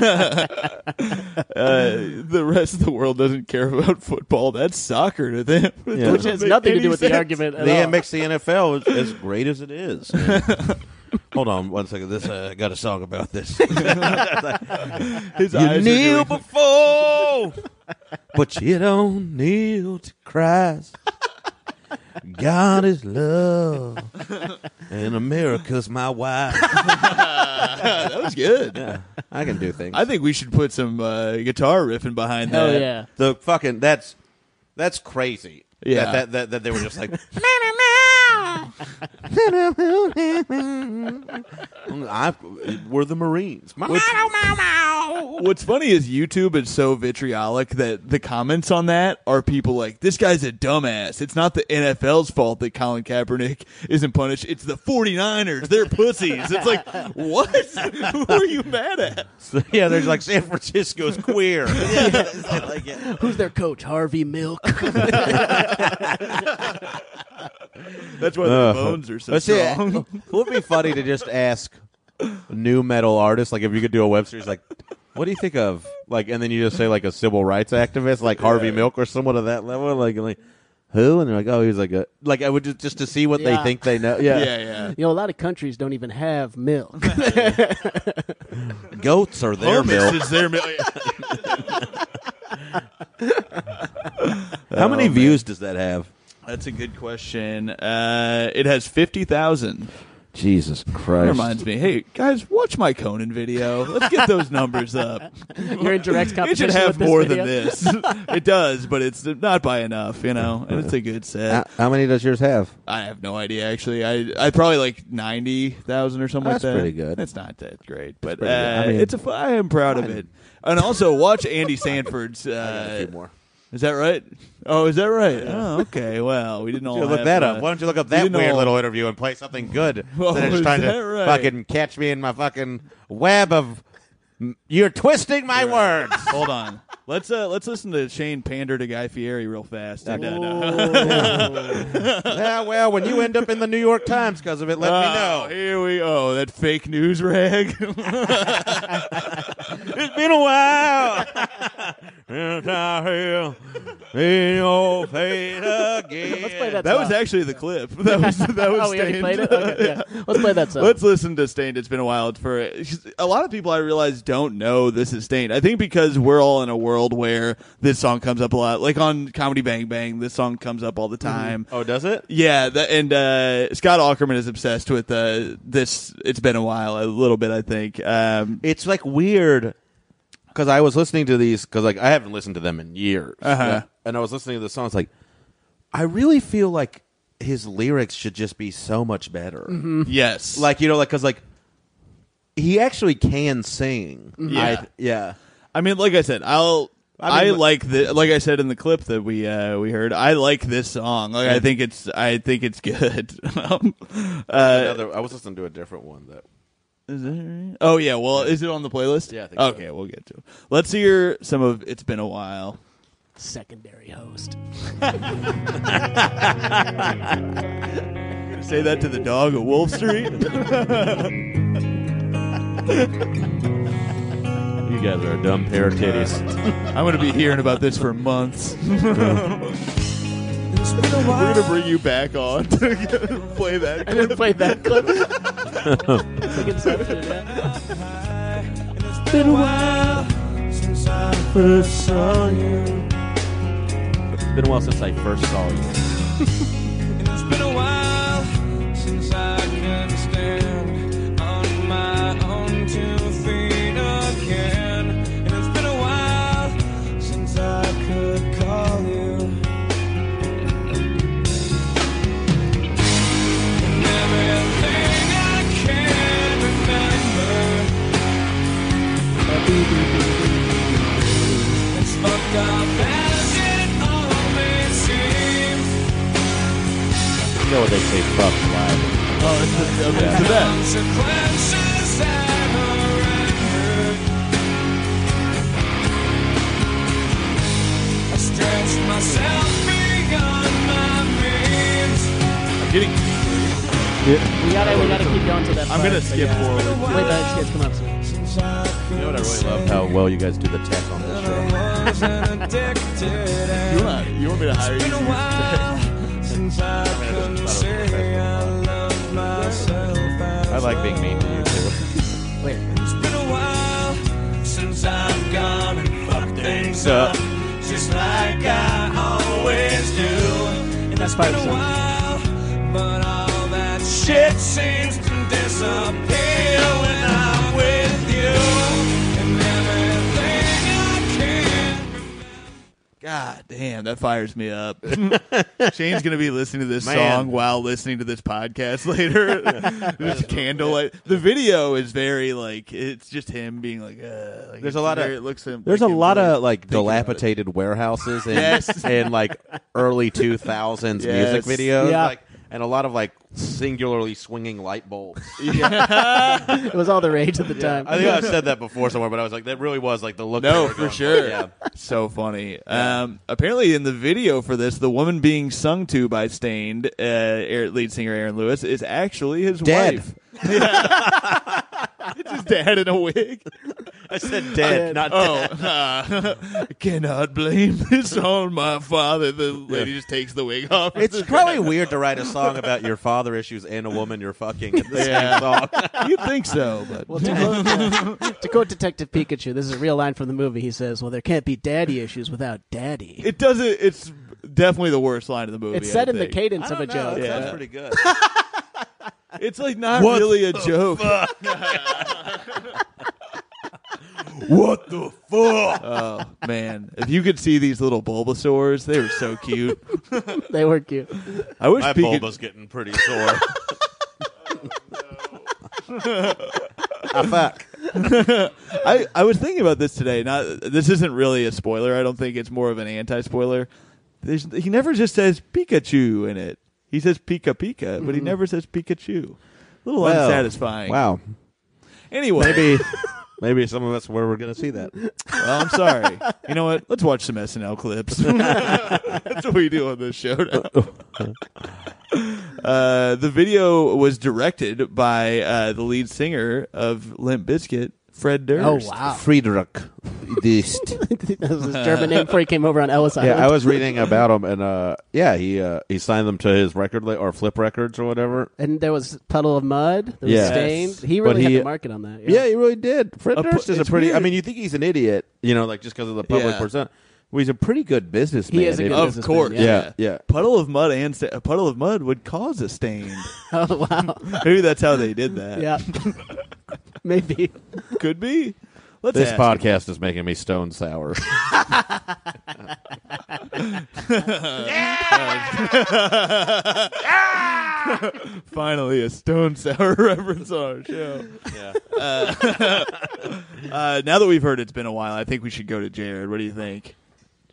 Speaker 3: Uh, the rest of the world doesn't care about football. That's soccer to them, It doesn't
Speaker 4: Which has
Speaker 3: make
Speaker 4: nothing to
Speaker 3: any
Speaker 4: do with
Speaker 3: sense.
Speaker 4: the argument at
Speaker 5: Yeah,
Speaker 4: all.
Speaker 5: it makes the NFL as, as great as it is. Hold on one second. This uh, I got a song about this.
Speaker 3: His
Speaker 5: You
Speaker 3: eyes
Speaker 5: kneel
Speaker 3: are doing,
Speaker 5: before, but you don't kneel to Christ. God is love, and America's my wife.
Speaker 3: that was good.
Speaker 5: I can do things.
Speaker 3: I think we should put some uh, guitar riffing behind
Speaker 4: Hell
Speaker 3: that.
Speaker 4: yeah.
Speaker 5: the fucking that's that's crazy.
Speaker 3: Yeah.
Speaker 5: that that, that, that they were just like. I, we're the Marines.
Speaker 3: What's funny is YouTube is so vitriolic that the comments on that are people like, "This guy's a dumbass. It's not the NFL's fault that Colin Kaepernick isn't punished. It's the 49ers. They're pussies." It's like, what? Who are you mad at?
Speaker 5: yeah, there's like San Francisco's queer.
Speaker 4: Who's their coach? Harvey Milk.
Speaker 3: That's why their bones are so
Speaker 5: Let's see,
Speaker 3: strong.
Speaker 5: it would be funny to just ask new metal artists, like if you could do a web series, like what do you think of, like, and then you just say like a civil rights activist, like Harvey Milk or someone of that level, like like who, and they're like, oh, he's like a like I would just just to see what they
Speaker 4: Yeah.
Speaker 5: think they know. Yeah.
Speaker 3: Yeah, yeah.
Speaker 4: you know, a lot of countries don't even have milk.
Speaker 5: goats are their
Speaker 3: Hummus
Speaker 5: milk.
Speaker 3: is their milk.
Speaker 5: How many views does that have?
Speaker 3: That's a good question. Uh, it has 50,000.
Speaker 5: Jesus
Speaker 3: That
Speaker 5: Christ!
Speaker 3: reminds me. Hey, guys, watch my Conan video. Let's get those numbers up.
Speaker 4: You're in direct
Speaker 3: It
Speaker 4: competition.
Speaker 3: should have
Speaker 4: with this
Speaker 3: more
Speaker 4: video.
Speaker 3: than this. it does, but it's not by enough, you know? And it's a good set.
Speaker 5: How many does yours have?
Speaker 3: I have no idea, actually. I I probably like 90,000 or something
Speaker 5: That's
Speaker 3: like that.
Speaker 5: pretty good.
Speaker 3: It's not that great, but
Speaker 5: pretty good. I
Speaker 3: uh,
Speaker 5: mean-
Speaker 3: it's a, fu- I am proud of it. And also, watch Andy Sanford's. Uh,
Speaker 5: more.
Speaker 3: Is that right? Oh, is that right? Oh, okay. Well, we didn't all
Speaker 5: You look
Speaker 3: have,
Speaker 5: that
Speaker 3: uh,
Speaker 5: up. Why don't you look up
Speaker 3: we
Speaker 5: that
Speaker 3: didn't
Speaker 5: weird
Speaker 3: all-
Speaker 5: little interview and play something good?
Speaker 3: Well,
Speaker 5: instead of just
Speaker 3: is
Speaker 5: trying
Speaker 3: that
Speaker 5: to
Speaker 3: right?
Speaker 5: fucking catch me in my fucking web of you're twisting my words.
Speaker 3: Hold on. Let's uh let's listen to Shane pander to Guy Fieri real fast. uh, No, no, no.
Speaker 5: yeah, well, when you end up in the New York Times because of it, let
Speaker 3: Oh,
Speaker 5: me know.
Speaker 3: Here we go. That fake news rag.
Speaker 5: It's been a while. And I hear in your fate again.
Speaker 4: Let's play that.
Speaker 3: that
Speaker 4: song.
Speaker 3: was actually the clip. That was that was
Speaker 4: Oh, we already
Speaker 3: Stained.
Speaker 4: played it. Okay, yeah. Let's play that song.
Speaker 3: Let's listen to Stained. It's been a while for a lot of people. I realize don't know this is Stained. I think because we're all in a world where this song comes up a lot. Like on Comedy Bang Bang, this song comes up all the
Speaker 4: Mm-hmm.
Speaker 3: time.
Speaker 5: Oh, does it?
Speaker 3: Yeah, that, and uh, Scott Ackerman is obsessed with uh, this. It's been a while, a little bit, I think. Um,
Speaker 5: It's like weird because I was listening to these because like I haven't listened to them in years,
Speaker 3: Uh-huh.
Speaker 5: and I was listening to the songs like I really feel like his lyrics should just be so much better.
Speaker 3: Mm-hmm. yes,
Speaker 5: Like you know, like because like he actually can sing.
Speaker 3: Yeah.
Speaker 5: I, yeah.
Speaker 3: I mean, like I said, I'll. I,
Speaker 5: I mean,
Speaker 3: like the like I said in the clip that we uh, we heard. I like this song. Like I think it's I think it's good. um, uh,
Speaker 5: Another- I was listening to a different one that
Speaker 3: is that right? Oh yeah. Well, is it on the playlist?
Speaker 5: Yeah, I think so.
Speaker 3: okay, we'll get to. it. Let's hear some of. It's been a while.
Speaker 4: Secondary host.
Speaker 3: Say that to the dog at Wolf Street.
Speaker 5: you guys are a dumb pair of titties.
Speaker 3: I'm gonna be hearing about this for months. We're gonna bring you back on to play that.
Speaker 4: I didn't play that clip. It's like Inception, yeah.
Speaker 5: It's been a while since I first saw you.
Speaker 7: And it's been a while since I could stand on my own two feet again. And it's been a while since I could call you. And everything I can remember. It's fucked up as it always seems.
Speaker 5: You know what they say? Fuck live.
Speaker 3: Oh, it's the, okay, it's the best.
Speaker 7: Consequences that are unheard. I stretch myself beyond my means.
Speaker 3: I'm getting.
Speaker 4: We gotta, we gotta keep going to that.
Speaker 3: I'm
Speaker 4: part.
Speaker 3: gonna skip forward.
Speaker 4: Wait, that shit's come up. soon.
Speaker 5: You know what I really love? How well you guys do the tech on this show.
Speaker 7: I wasn't addicted
Speaker 3: You want, you want me to hire
Speaker 7: It's been a
Speaker 3: you?
Speaker 7: while since I couldn't say I love myself.
Speaker 5: I like being mean to you too.
Speaker 4: Wait,
Speaker 7: It's been a while since I've gone and fucked things up, just like I always do. And it's been a while, but all that shit seems to disappear when I'm with you. And everything I can.
Speaker 3: God damn, that fires me up. Shane's gonna be listening to this
Speaker 5: Man.
Speaker 3: song while listening to this podcast later. Just candlelight. The video is very like it's just him being like. Uh, like
Speaker 5: There's a
Speaker 3: it's
Speaker 5: lot of-
Speaker 3: very- it looks him.
Speaker 5: There's a
Speaker 3: like him
Speaker 5: lot
Speaker 3: really
Speaker 5: of like
Speaker 3: thinking about it.
Speaker 5: dilapidated warehouses and,
Speaker 3: Yes.
Speaker 5: and like early 2000s
Speaker 3: Yes.
Speaker 5: music videos,
Speaker 4: Yeah.
Speaker 5: like, and a lot of like singularly swinging light bulbs.
Speaker 4: it was all the rage at the time.
Speaker 5: I think I've said that before somewhere, but I was like, that really was like the look. they
Speaker 3: No,
Speaker 5: were
Speaker 3: for
Speaker 5: going
Speaker 3: sure.
Speaker 5: Yeah.
Speaker 3: So funny. Um, apparently, in the video for this, the woman being sung to by Stained, uh, Aaron- lead singer Aaron Lewis, is actually his
Speaker 5: Dead.
Speaker 3: wife. Yeah. it's his dad in a wig.
Speaker 5: I said dead, not
Speaker 3: Oh, uh, I cannot blame this on my father. The lady just takes the wig off.
Speaker 5: It's probably weird to write a song about your father issues and a woman you're fucking in the
Speaker 3: Yeah.
Speaker 5: same song.
Speaker 3: you think so, but
Speaker 4: Well, to quote, uh, to quote Detective Pikachu, this is a real line from the movie. He says, "Well, there can't be daddy issues without daddy."
Speaker 3: it doesn't. It's definitely the worst line of the movie.
Speaker 4: it's said
Speaker 3: I
Speaker 4: in the
Speaker 3: think.
Speaker 4: cadence of a joke.
Speaker 3: Yeah.
Speaker 5: That's pretty good.
Speaker 3: It's like not really a joke.
Speaker 5: what the fuck?
Speaker 3: Oh man, if you could see these little Bulbasaur's, they were so cute.
Speaker 4: They were cute.
Speaker 3: I wish
Speaker 5: My
Speaker 3: Pikachu.
Speaker 5: bulba's getting
Speaker 3: Ah,
Speaker 5: Oh, pretty sore. I fuck.
Speaker 3: I, I was thinking about this today. Not this isn't really a spoiler. I don't think it's more of an anti-spoiler. There's, he never just says Pikachu in it. He says Pika Pika, but he never says Pikachu. A little
Speaker 5: Well,
Speaker 3: unsatisfying.
Speaker 5: Wow.
Speaker 3: Anyway,
Speaker 5: Maybe, maybe some of us where we're going to see that.
Speaker 3: well, I'm sorry. You know what? Let's watch some SNL clips. That's what we do on this show. Now. Uh, the video was directed by uh, the lead singer of Limp Bizkit, Fred
Speaker 4: Oh
Speaker 3: Durst.
Speaker 4: wow,
Speaker 5: Friedrich Dist.
Speaker 4: that was his German name before he came over on Ellis Island.
Speaker 5: Yeah, I was reading about him, and uh, yeah, he uh, he signed them to his record la- or Flip Records or whatever.
Speaker 4: and there was puddle of mud. There was
Speaker 5: Yes.
Speaker 4: stained. He
Speaker 5: But
Speaker 4: really
Speaker 5: he-
Speaker 4: had the market on that.
Speaker 5: Yeah, he really did. Fred
Speaker 3: A pu-
Speaker 5: Durst is a
Speaker 3: it's
Speaker 5: pretty. I
Speaker 3: weird.
Speaker 5: mean, you think he's an idiot, you know, like just because of the public
Speaker 3: Yeah.
Speaker 5: persona. Well, he's a pretty good businessman.
Speaker 4: He is a
Speaker 5: if
Speaker 4: good
Speaker 5: you-
Speaker 3: Of
Speaker 4: businessman,
Speaker 3: course,
Speaker 4: yeah.
Speaker 5: Yeah, yeah.
Speaker 3: Puddle of mud and sta- a puddle of mud would cause a stain.
Speaker 4: Oh wow.
Speaker 3: Maybe that's how they did that.
Speaker 4: yeah. Maybe.
Speaker 3: could be. Let's
Speaker 5: This
Speaker 3: ask.
Speaker 5: podcast is making me stone sour.
Speaker 3: Finally, a stone sour reference on our show. Yeah. Uh, uh, now that we've heard it's been a while, I think we should go to Jared. What do you think?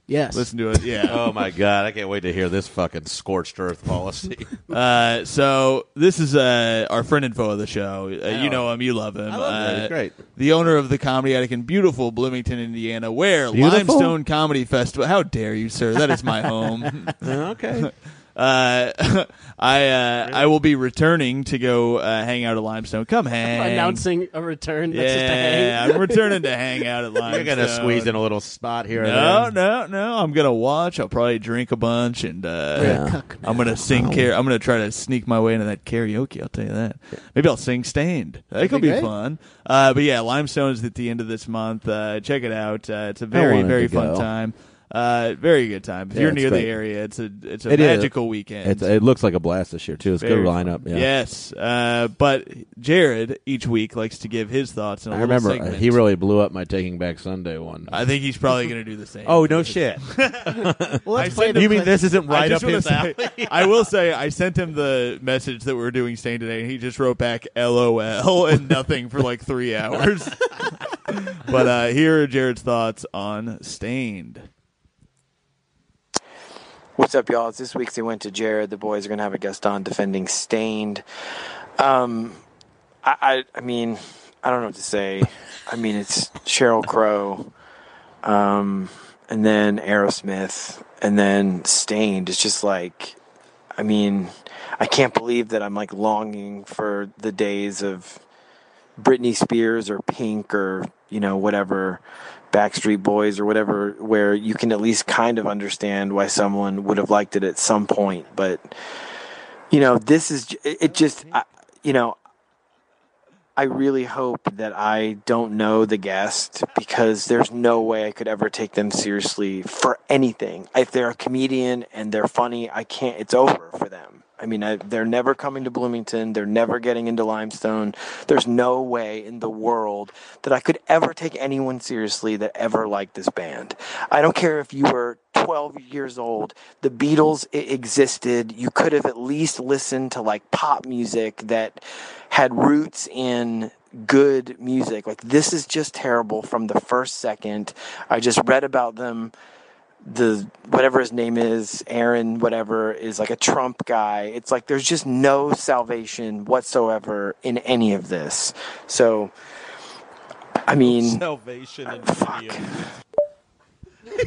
Speaker 4: Yes.
Speaker 3: Listen to it. Yeah.
Speaker 5: oh my god, I can't wait to hear this fucking scorched earth policy.
Speaker 3: Uh, so this is uh, our friend info of the show. Uh, you know him, you love him.
Speaker 5: love him.
Speaker 3: uh,
Speaker 5: He's great.
Speaker 3: The owner of the Comedy Attic in beautiful Bloomington, Indiana, where
Speaker 5: Beautiful?
Speaker 3: Limestone Comedy Festival. How dare you, sir? That is my home.
Speaker 5: okay.
Speaker 3: Uh, I uh, I will be returning to go uh, hang out at Limestone. Come hang.
Speaker 4: Announcing a return. That's just a
Speaker 3: Yeah,
Speaker 4: hang.
Speaker 3: I'm returning to hang out at Limestone.
Speaker 5: You're gonna squeeze in a little spot here.
Speaker 3: uh, No,
Speaker 5: and there.
Speaker 3: no, no. I'm gonna watch. I'll probably drink a bunch, and uh,
Speaker 4: We're a cuck
Speaker 3: I'm gonna sing. Car- I'm gonna try to sneak my way into that karaoke. I'll tell you that. Maybe I'll sing "Stained." That could
Speaker 4: be
Speaker 3: be,
Speaker 4: great.
Speaker 3: fun. Uh, but yeah, Limestone is at the end of this month. Uh, check it out. Uh, it's a very,
Speaker 5: wanted
Speaker 3: very
Speaker 5: to
Speaker 3: fun
Speaker 5: go.
Speaker 3: time. Uh, very good time. If
Speaker 5: Yeah,
Speaker 3: you're
Speaker 5: it's
Speaker 3: near
Speaker 5: great.
Speaker 3: the area, it's a it's a
Speaker 5: It is.
Speaker 3: magical weekend.
Speaker 5: It's, it looks like a blast this year too. It's a good
Speaker 3: Very fun.
Speaker 5: lineup. Yeah.
Speaker 3: Yes, uh, but Jared each week likes to give his thoughts. In a
Speaker 5: I
Speaker 3: little
Speaker 5: remember uh,
Speaker 3: segment.
Speaker 5: he really blew up my Taking Back Sunday one.
Speaker 3: I Oh, think he's probably going to do the same.
Speaker 5: Oh, no shit!
Speaker 4: Well, let's
Speaker 3: I
Speaker 4: play
Speaker 3: said-
Speaker 4: the
Speaker 5: you mean
Speaker 4: clip.
Speaker 5: this isn't right
Speaker 3: I
Speaker 5: up
Speaker 3: just wanna
Speaker 5: his alley?
Speaker 3: say, I will say, I sent him the message that we are doing Stain today, and he just wrote back "LOL" and nothing for like three hours. but uh, here are Jared's thoughts on Stained.
Speaker 10: What's up, y'all? It's this week's They Went to Jared. The boys are going to have a guest on defending Stained. Um, I, I, I mean, I don't know what to say. I mean, it's Cheryl Crow, um, and then Aerosmith, and then Stained. It's just like, I mean, I can't believe that I'm like longing for the days of Britney Spears or Pink or you know whatever Backstreet Boys or whatever where you can at least kind of understand why someone would have liked it at some point but you know this is j- it it just I, you know I really hope that I don't know the guest because there's no way I could ever take them seriously for anything. If they're a comedian and they're funny, I can't. It's over for them. I mean, I, they're never coming to Bloomington. They're never getting into Limestone. There's no way in the world that I could ever take anyone seriously that ever liked this band. I don't care if you were 12 years old. The Beatles i- existed. You could have at least listened to like pop music that had roots in good music. Like this is just terrible from the first second. I just read about them. The whatever his name is, Aaron, whatever, is like a Trump guy. It's like there's just no salvation whatsoever in any of this. So, I mean,
Speaker 5: Salvation and
Speaker 10: fuck.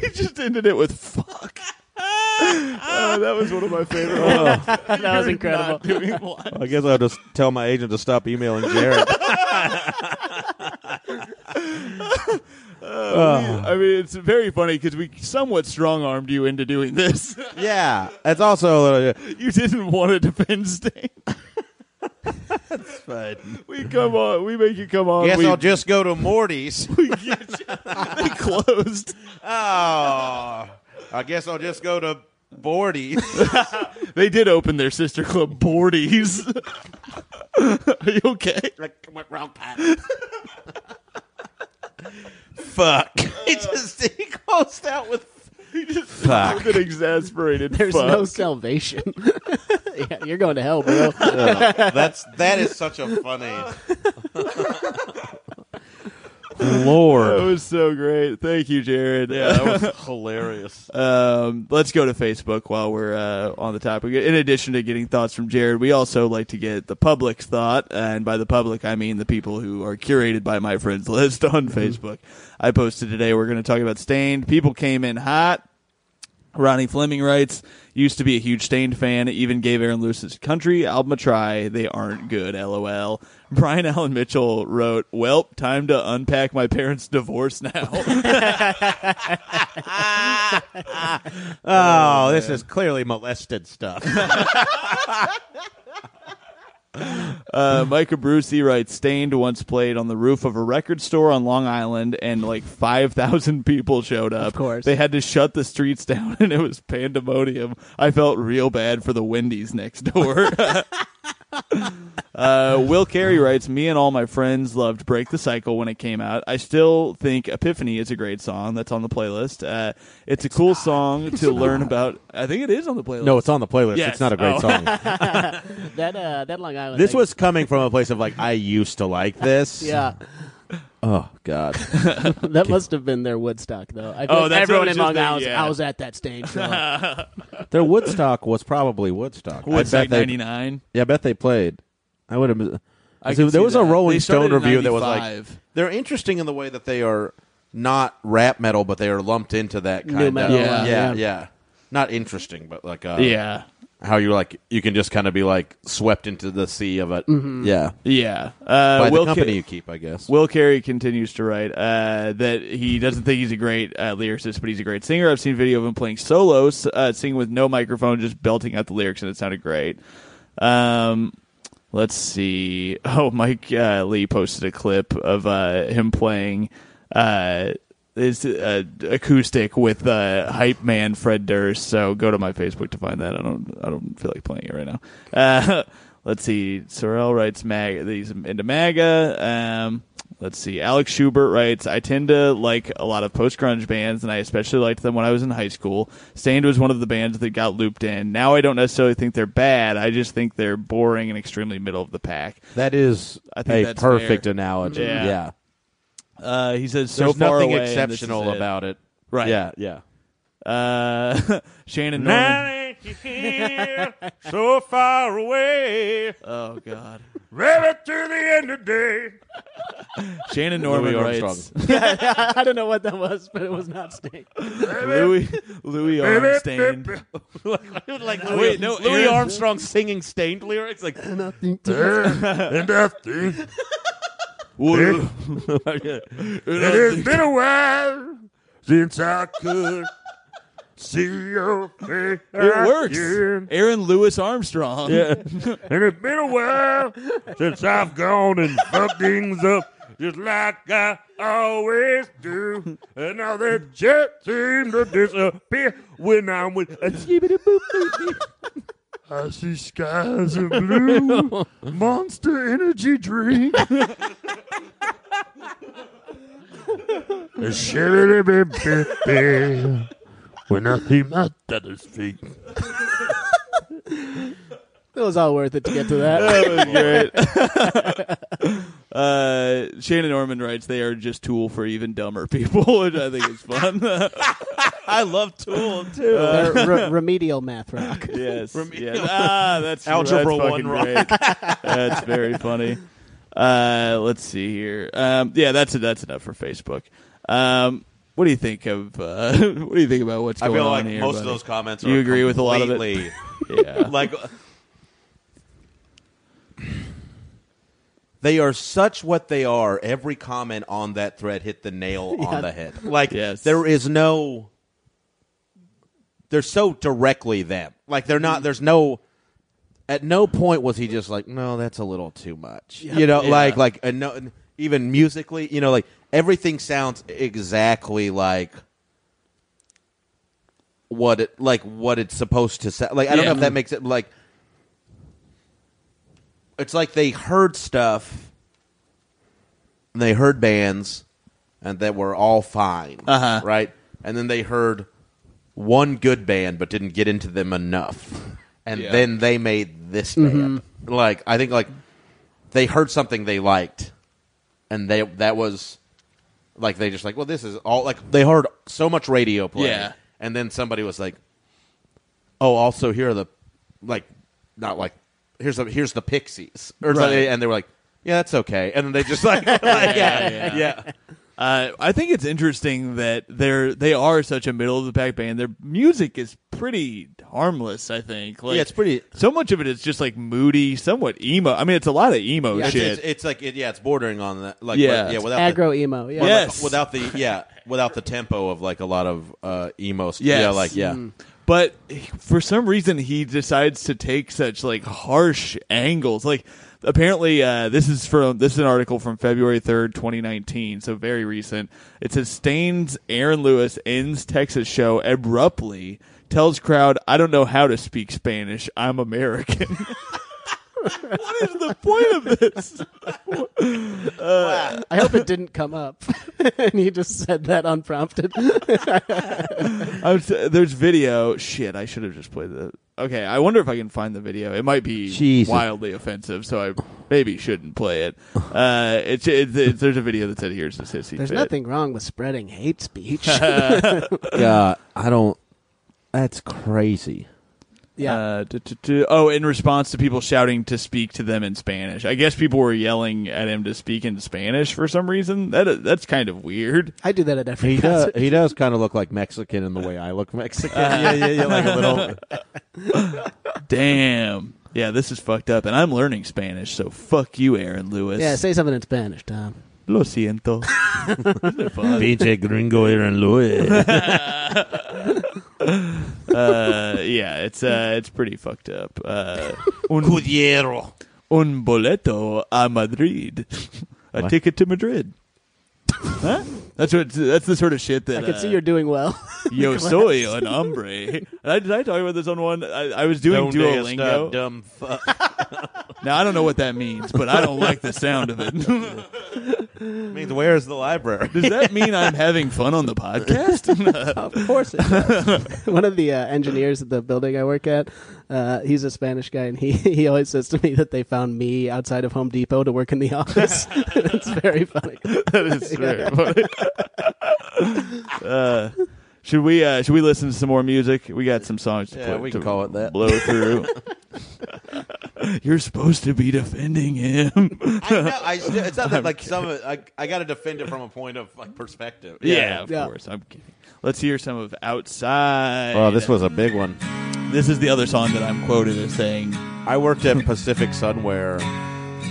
Speaker 3: He just ended it with "fuck." Uh, that was one of my favorite.
Speaker 4: That was incredible.
Speaker 5: I guess I'll just tell my agent to stop emailing Jared.
Speaker 3: I mean, it's very funny because we somewhat strong-armed you into doing this.
Speaker 5: yeah, it's also a little.
Speaker 3: you didn't want to defend Stained.
Speaker 5: But
Speaker 3: We come on. We make you come on.
Speaker 5: guess
Speaker 3: we,
Speaker 5: I'll just go to Morty's.
Speaker 3: we closed.
Speaker 5: oh, I guess I'll just go to Bordy's.
Speaker 3: They did open their sister club, Bordies. Are you okay?
Speaker 5: like went wrong path. Fuck! he just he closed out with
Speaker 3: I've
Speaker 5: fuck.
Speaker 3: been exasperated.
Speaker 4: There's
Speaker 3: fuck.
Speaker 4: no salvation. yeah, you're going to hell, bro.
Speaker 5: That's that is such a funny.
Speaker 3: Lord. That was so great. Thank you, Jared. Yeah,
Speaker 5: That was hilarious.
Speaker 3: um, let's go to Facebook while we're uh, on the topic. In addition to getting thoughts from Jared, we also like to get the public's thought, and by the public I mean the people who are curated by my friends list on Facebook. I posted today. We're going to talk about Stained. People came in hot. Ronnie Fleming writes, used to be a huge Stained fan, even gave Aaron Lewis his country album a try. They aren't good, lol. Brian Allen Mitchell wrote, Welp, time to unpack my parents' divorce now.
Speaker 11: Oh, this is clearly molested stuff.
Speaker 3: Uh, Micah Brucey writes Stained once played on the roof of a record store on Long Island, and like 5,000 people showed up. Of
Speaker 4: course.
Speaker 3: They had to shut the streets down, and it was pandemonium. I felt real bad for the Wendy's next door. Uh, Will Carey writes, Me and all my friends loved Break the Cycle when it came out. I still think Epiphany is a great song that's on the playlist. Uh, it's a cool song to learn about. I think it is on the playlist.
Speaker 11: no, it's on the playlist.
Speaker 3: Yes.
Speaker 11: It's not a great
Speaker 3: Oh.
Speaker 11: song.
Speaker 4: That uh, that Long Island.
Speaker 11: This
Speaker 4: thing-
Speaker 11: was coming from a place of like I used to like this.
Speaker 4: yeah.
Speaker 11: Oh God.
Speaker 4: That must have been their Woodstock though. I feel
Speaker 3: Oh,
Speaker 4: like
Speaker 3: that's what
Speaker 4: everyone in
Speaker 3: it was
Speaker 4: Long
Speaker 3: just-
Speaker 4: Island.
Speaker 3: yeah.
Speaker 4: I was at that stage. show.
Speaker 11: Their Woodstock was probably Woodstock. I bet
Speaker 3: Woodstock
Speaker 11: they,
Speaker 3: 99.
Speaker 11: Yeah, I bet they played. I would have.
Speaker 3: I
Speaker 11: So
Speaker 3: can
Speaker 11: there
Speaker 3: see
Speaker 11: was a
Speaker 3: that.
Speaker 11: Rolling
Speaker 3: They started
Speaker 11: Stone
Speaker 3: in
Speaker 11: review that was like
Speaker 3: 95.
Speaker 5: They're interesting in the way that they are not rap metal, but they are lumped into that kind
Speaker 4: metal,
Speaker 5: of
Speaker 3: uh,
Speaker 5: yeah, yeah,
Speaker 4: yeah.
Speaker 5: Not interesting, but like uh,
Speaker 3: Yeah.
Speaker 5: how you're like you can just kind of be like swept into the sea of it. Yeah,
Speaker 3: Yeah. Uh,
Speaker 5: by
Speaker 3: Will
Speaker 5: the company
Speaker 3: Ca-
Speaker 5: you keep, I guess.
Speaker 3: Will Carey continues to write uh, that he doesn't think he's a great uh, lyricist, but he's a great singer. I've seen video of him playing solos, uh, singing with no microphone, just belting out the lyrics, and it sounded great. Um, let's see. Oh, Mike uh, Lee posted a clip of uh, him playing uh, this uh, acoustic with uh, hype man Fred Durst. So go to my Facebook to find that. I don't. I don't feel like playing it right now. Uh, let's see. Sorrell writes mag. He's into MAGA. Um, let's see. Alex Schubert writes. I tend to like a lot of post grunge bands, and I especially liked them when I was in high school. Stained was one of the bands that got looped in. Now I don't necessarily think they're bad. I just think they're boring and extremely middle of the pack.
Speaker 11: that is
Speaker 3: I think
Speaker 11: a
Speaker 3: that's
Speaker 11: perfect
Speaker 3: fair.
Speaker 11: analogy.
Speaker 3: Yeah.
Speaker 11: Yeah,
Speaker 3: Uh, he says so
Speaker 5: There's
Speaker 3: far
Speaker 5: nothing
Speaker 3: away, and this is
Speaker 5: exceptional
Speaker 3: it."
Speaker 5: about it.
Speaker 3: right.
Speaker 5: Yeah, yeah.
Speaker 3: Uh, Shannon Norman.
Speaker 5: so far away,
Speaker 3: Oh God.
Speaker 5: rabbit to the end of day.
Speaker 3: Shannon Norman
Speaker 5: Louis
Speaker 3: writes.
Speaker 4: I don't know what that was, but it was not Sting.
Speaker 3: Louis Louis Armstained.
Speaker 5: like Louis,
Speaker 3: Wait, no,
Speaker 5: Louis
Speaker 3: Aaron-
Speaker 5: Armstrong singing stained lyrics, like
Speaker 12: and after it
Speaker 3: Woo.
Speaker 12: has been a while since I could see your face.
Speaker 3: It works.
Speaker 12: again.
Speaker 3: Aaron Lewis Armstrong. Yeah.
Speaker 12: And it's been a while since I've gone and fucked things up just like I always do. And now that jet seems to disappear when I'm with a skibbity boop boop. I see skies of blue, monster energy drink. A shibbity bip bip bip. When I see my daddy's feet.
Speaker 4: It was all worth it to get to that.
Speaker 3: Uh, Shannon Norman writes, "They are just tool for even dumber people," which I think is fun. I love Tool too.
Speaker 4: They're re- remedial math rock.
Speaker 3: yes, yes. Ah, that's
Speaker 5: Algebra
Speaker 3: that's
Speaker 5: one
Speaker 3: fucking
Speaker 5: rock.
Speaker 3: great. That's very funny. Uh, let's see here. Um, yeah, that's that's enough for Facebook. Um, what do you think of uh, what do you think about what's
Speaker 5: I
Speaker 3: going
Speaker 5: feel
Speaker 3: on
Speaker 5: like
Speaker 3: here?
Speaker 5: most of
Speaker 3: buddy?
Speaker 5: those comments.
Speaker 3: You
Speaker 5: are
Speaker 3: agree with a lot of it?
Speaker 5: completely-
Speaker 3: Yeah.
Speaker 5: like they are such what they are. Every comment on that thread hit the nail on the head. Like
Speaker 3: Yes.
Speaker 5: there is no they're so directly them. Like they're
Speaker 3: Mm.
Speaker 5: not there's no at no point was he just like, no, that's a little too much. You know,
Speaker 3: Yeah.
Speaker 5: like like and no, and even musically, you know, like everything sounds exactly like what it like what it's supposed to sound. Like I don't
Speaker 3: Yeah.
Speaker 5: know if that makes it like it's like they heard stuff and they heard bands and that were all fine,
Speaker 3: Uh-huh.
Speaker 5: right? And then they heard one good band but didn't get into them enough. And
Speaker 3: Yeah.
Speaker 5: then they made this band. Like I think like they heard something they liked and they that was
Speaker 8: Like they just like, well, this is all like they heard so much radio play,
Speaker 3: Yeah.
Speaker 8: and then somebody was like, oh, also here are the like not like here's the here's the Pixies or something, and they were like, yeah, that's okay, and then they just like, like, yeah, yeah,
Speaker 3: Uh, I think it's interesting that they're they are such a middle of the pack band. Their music is pretty harmless. I think. Like,
Speaker 8: Yeah, it's pretty-
Speaker 3: So much of it is just like moody, somewhat emo. I mean, it's a lot of emo
Speaker 8: It's,
Speaker 3: shit.
Speaker 8: it's, it's like it, yeah, it's bordering on that like
Speaker 3: Yeah.
Speaker 8: yeah without the-
Speaker 4: Aggro emo. Yeah.
Speaker 3: Yeah.
Speaker 8: like,
Speaker 3: Yes.
Speaker 8: without the yeah without the tempo of like a lot of uh emo stuff
Speaker 3: Yes.
Speaker 8: yeah like yeah
Speaker 3: but he- for some reason he decides to take such like harsh angles like apparently uh, this is from this is an article from february 3rd 2019 so very recent it says stains aaron lewis ends texas show abruptly tells crowd i don't know how to speak spanish i'm american what is the point of this
Speaker 4: I hope it didn't come up, and he just said that unprompted.
Speaker 3: I'm s- there's video shit i should have just played the okay i wonder if i can find the video it might be
Speaker 5: Jesus.
Speaker 3: wildly offensive so i maybe shouldn't play it uh it's, it's, it's there's a video that said here's the sissy
Speaker 4: There's
Speaker 3: fit."
Speaker 4: nothing wrong with spreading hate speech.
Speaker 5: Yeah, I don't. That's crazy.
Speaker 4: yeah.
Speaker 3: uh, tu- tu- tu- oh, in response to people shouting to speak to them in Spanish, I guess people were yelling at him to speak in Spanish for some reason. That that's kind of weird.
Speaker 4: I do that at every
Speaker 5: He does.
Speaker 4: concert.
Speaker 5: He does kind of look like Mexican in the way I look Mexican.
Speaker 8: yeah yeah yeah like a little
Speaker 3: Damn. Yeah, this is fucked up, and I'm learning Spanish, so fuck you, Aaron Lewis.
Speaker 4: Yeah, say something in Spanish, Tom.
Speaker 3: Lo siento. Isn't it fun?
Speaker 5: Pinche gringo Aaron Lewis.
Speaker 3: uh, yeah, it's uh, it's pretty fucked up. Uh, un, un boleto a Madrid, a
Speaker 5: What?
Speaker 3: ticket to Madrid. huh? That's what. That's the sort of shit that
Speaker 4: I can see
Speaker 3: uh,
Speaker 4: you're doing well.
Speaker 3: Yo soy an hombre. And I, did I talk about this on one? I, I was doing Duolingo.
Speaker 8: dumb fuck
Speaker 3: now I don't know what that means, but I don't like the sound of it.
Speaker 8: means where's the library
Speaker 3: Does that mean I'm having fun on the podcast?
Speaker 4: of course it does. One of the uh, engineers at the building I work at, uh, he's a Spanish guy, and he, he always says to me that they found me outside of Home Depot to work in the office. it's very funny.
Speaker 3: that is very funny. uh, should we uh, should we listen to some more music? We got some songs to
Speaker 8: Yeah,
Speaker 3: play.
Speaker 8: we can
Speaker 3: to
Speaker 8: call it that.
Speaker 3: Blow through. You're supposed to be defending him.
Speaker 8: I know I still, it's not that like some of, I I gotta defend it from a point of like perspective
Speaker 3: yeah, of
Speaker 4: Yeah.
Speaker 3: course. I'm kidding. Let's hear some of outside.
Speaker 5: Oh, this was a big one.
Speaker 3: This is the other song that I'm quoted as saying.
Speaker 8: I worked at Pacific Sunwear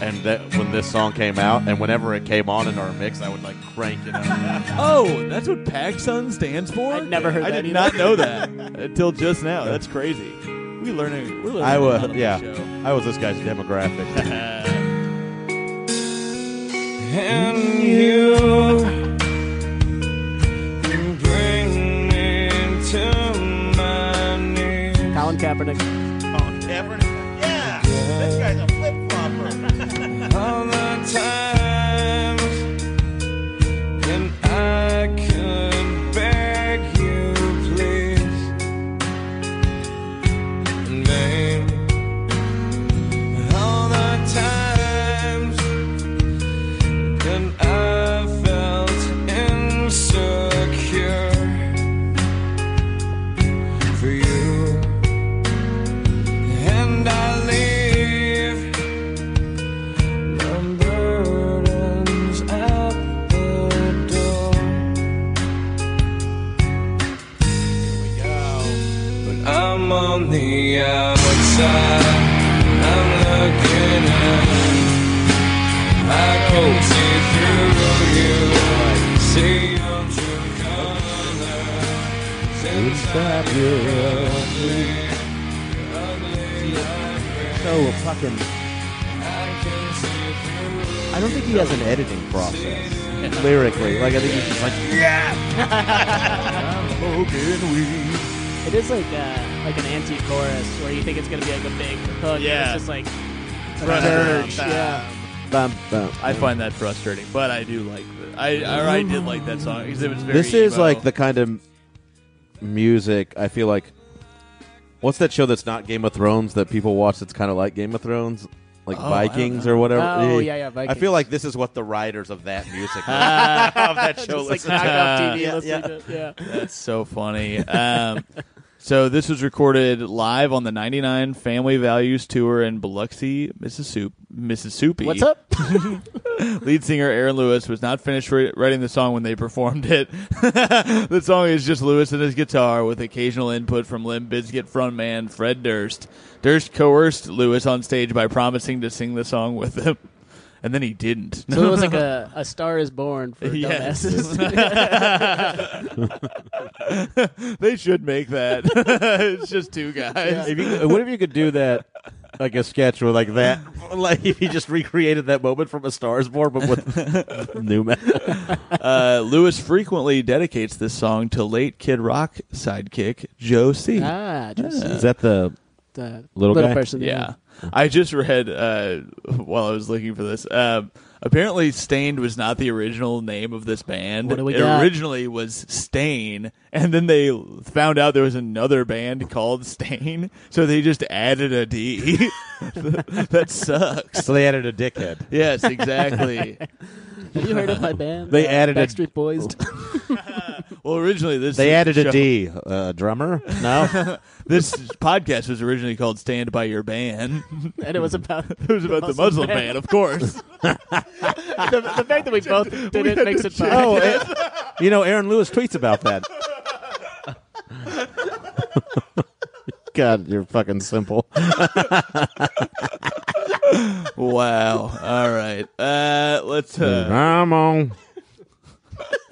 Speaker 8: and that when this song came out and whenever it came on in our mix I would like crank it up
Speaker 3: Oh, that's what PacSun stands for.
Speaker 4: I'd never heard
Speaker 3: I
Speaker 4: that
Speaker 3: did
Speaker 4: either.
Speaker 3: not know that until just now. That's crazy. We learning. We're learning.
Speaker 5: I
Speaker 3: a lot
Speaker 5: was.
Speaker 3: on
Speaker 5: Yeah,
Speaker 3: this show.
Speaker 5: I was this guy's demographic.
Speaker 7: And you you bring me to my knees.
Speaker 4: Colin Kaepernick.
Speaker 8: yeah this guy's a flip flopper
Speaker 7: All the times when I could beg you, please, and babe, all the times that I felt insecure for you, and I leave. The burdens at the door. But I'm on the outside. I'm looking in. I can see through you. I see your true colors inside your ugly, ugly ugly.
Speaker 5: so fucking.
Speaker 7: I can see through.
Speaker 5: I don't think he has an editing process lyrically. Like I think he's just like
Speaker 4: It is like uh, like an anti-chorus where you think it's going to be like a big hook.
Speaker 3: Yeah.
Speaker 4: It's just like a
Speaker 3: Right.
Speaker 4: dirge.
Speaker 3: Bam.
Speaker 4: Yeah.
Speaker 5: bum, bum.
Speaker 3: I find that frustrating, but I do like. The, I or I did like that song because it was very.
Speaker 5: This is
Speaker 3: emo.
Speaker 5: like the kind of music I feel like. What's that show that's not Game of Thrones that people watch that's kind of like Game of Thrones? like Vikings or whatever.
Speaker 4: Oh, yeah, yeah,
Speaker 5: I feel
Speaker 4: Vikings.
Speaker 5: like this is what the writers of that music of that show
Speaker 4: Just
Speaker 5: listen
Speaker 4: like knocked
Speaker 3: Uh,
Speaker 4: off TV
Speaker 5: yeah,
Speaker 4: listening
Speaker 5: yeah.
Speaker 4: to it, yeah.
Speaker 3: That's so funny. Um, so this was recorded live on the 99 Family Values Tour in Biloxi, Mississippi. Mississippi.
Speaker 4: What's up?
Speaker 3: Lead singer Aaron Lewis was not finished ri- writing the song when they performed it. the song is just Lewis and his guitar with occasional input from Limp Bizkit frontman Fred Durst. Durst coerced Lewis on stage by promising to sing the song with him, and then he didn't.
Speaker 4: So it was like a, a star is born for
Speaker 3: Yes.
Speaker 4: dumbasses.
Speaker 3: they should make that. it's just two guys.
Speaker 5: If you, what if you could do that, like a sketch with like that, like if you just recreated that moment from A Star's Born, but with new metal.
Speaker 3: Uh, Lewis frequently dedicates this song to late Kid Rock sidekick Joe C.
Speaker 4: ah, just
Speaker 5: Is that the?
Speaker 4: the
Speaker 5: Little
Speaker 4: little,
Speaker 5: guy?
Speaker 4: person.
Speaker 3: Yeah. I just read uh, while I was looking for this. Um, apparently, Stained was not the original name of this band.
Speaker 4: What do we
Speaker 3: it
Speaker 4: got?
Speaker 3: originally was Stain, and then they found out there was another band called Stain, so they just added a D. that sucks.
Speaker 5: So they added a dickhead.
Speaker 3: Yes, exactly.
Speaker 4: Have you heard of my band? uh,
Speaker 5: They added a-
Speaker 4: Backstreet Boys.
Speaker 3: well, originally this
Speaker 5: They added
Speaker 3: show-
Speaker 5: a D. Uh, drummer? No.
Speaker 3: This podcast was originally called "Stand by Your Band."
Speaker 4: and it was about
Speaker 3: It was about the Muslim
Speaker 4: ban.
Speaker 3: ban, of course.
Speaker 4: the, the fact that we both did it makes it fun.
Speaker 5: oh, eh, you know, Aaron Lewis tweets about that. God, you're fucking simple.
Speaker 3: wow. All right. Uh, let's. Uh,
Speaker 13: I'm on.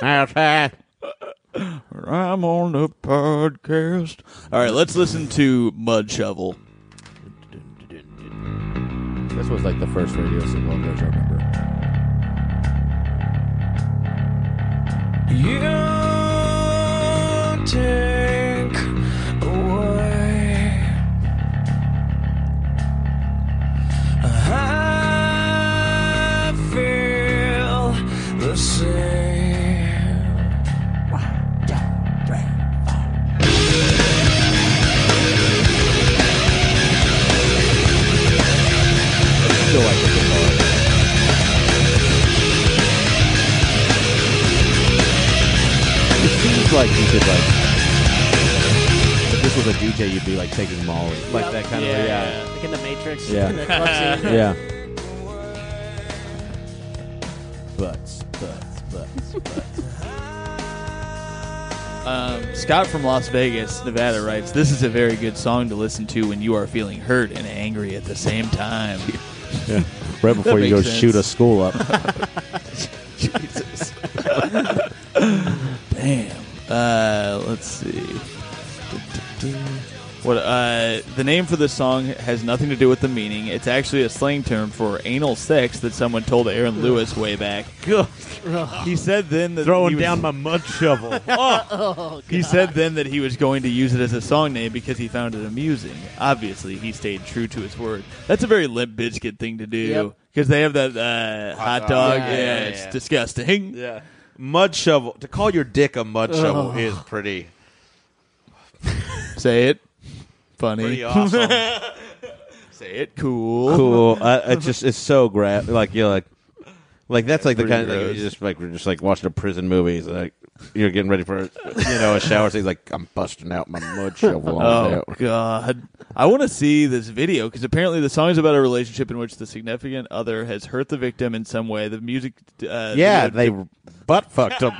Speaker 13: Outside.
Speaker 3: I'm on the podcast. All right. Let's listen to Mud Shovel.
Speaker 13: This was like the first radio single of theirs, I remember.
Speaker 14: You take away I feel the same
Speaker 5: seems like you could like. If this was a DJ, you'd be like taking Molly, like that kind
Speaker 4: yeah. Like in the Matrix.
Speaker 5: Yeah.
Speaker 4: In the club scene.
Speaker 5: of. Yeah. Butts, butts, butts.
Speaker 3: Um, Scott from Las Vegas, Nevada writes, This is a very good song to listen to when you are feeling hurt and angry at the same time.
Speaker 5: Right before you go
Speaker 3: makes sense.
Speaker 5: shoot a school up.
Speaker 3: Jesus. Damn. Uh, let's see. What uh, the name for this song has nothing to do with the meaning. It's actually a slang term for anal sex that someone told Aaron Lewis way back. He said then that he was-
Speaker 5: mud shovel.
Speaker 3: he said then that he was going to use it as a song name because he found it amusing. Obviously, he stayed true to his word. That's a very limp biscuit thing to do
Speaker 4: Yep.
Speaker 3: because they have that uh, hot,
Speaker 5: dog.
Speaker 3: dog.
Speaker 4: Yeah,
Speaker 3: Yeah,
Speaker 5: yeah,
Speaker 3: it's
Speaker 5: yeah.
Speaker 3: disgusting.
Speaker 5: yeah. Mud shovel. To call your dick a mud shovel is pretty,
Speaker 3: Say it. Funny.
Speaker 5: pretty awesome.
Speaker 3: Say it. Cool.
Speaker 5: cool. I, I just it's so grab. Like you're like, like that's like the
Speaker 3: Pretty
Speaker 5: kind of thing
Speaker 3: gross.
Speaker 5: you just like we're just like watching a prison movie. It's like you're getting ready for you know a shower. So he's like, I'm busting out my mud shovel. on
Speaker 3: Oh God! I want to see this video because apparently the song is about a relationship in which the significant other has hurt the victim in some way. The music, uh,
Speaker 5: Yeah,
Speaker 3: the,
Speaker 5: they butt fucked him.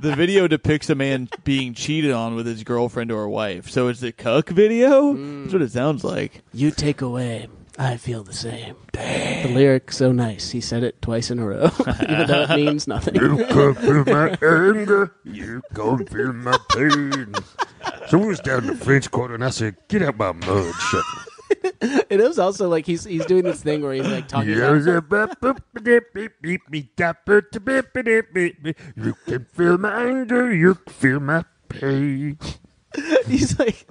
Speaker 3: the video depicts a man being cheated on with his girlfriend or wife. So it's a cuck video.
Speaker 5: Hmm.
Speaker 3: That's what it sounds like.
Speaker 4: You take away. I feel the same. Damn. The lyric so nice. He said it twice in a row, even though it means nothing.
Speaker 7: Come feel my anger. You come feel my pain. So we was down in the French Quarter, and I said, "Get out my mud shovel."
Speaker 4: it is also like he's he's doing this thing where he's like talking.
Speaker 7: Yeah,
Speaker 4: About,
Speaker 7: yeah, ba- ba- ba- da- beep, beep, me, da- ba- da- beep, ba- da- beep, beep. You can feel my anger. You can feel my pain.
Speaker 4: he's like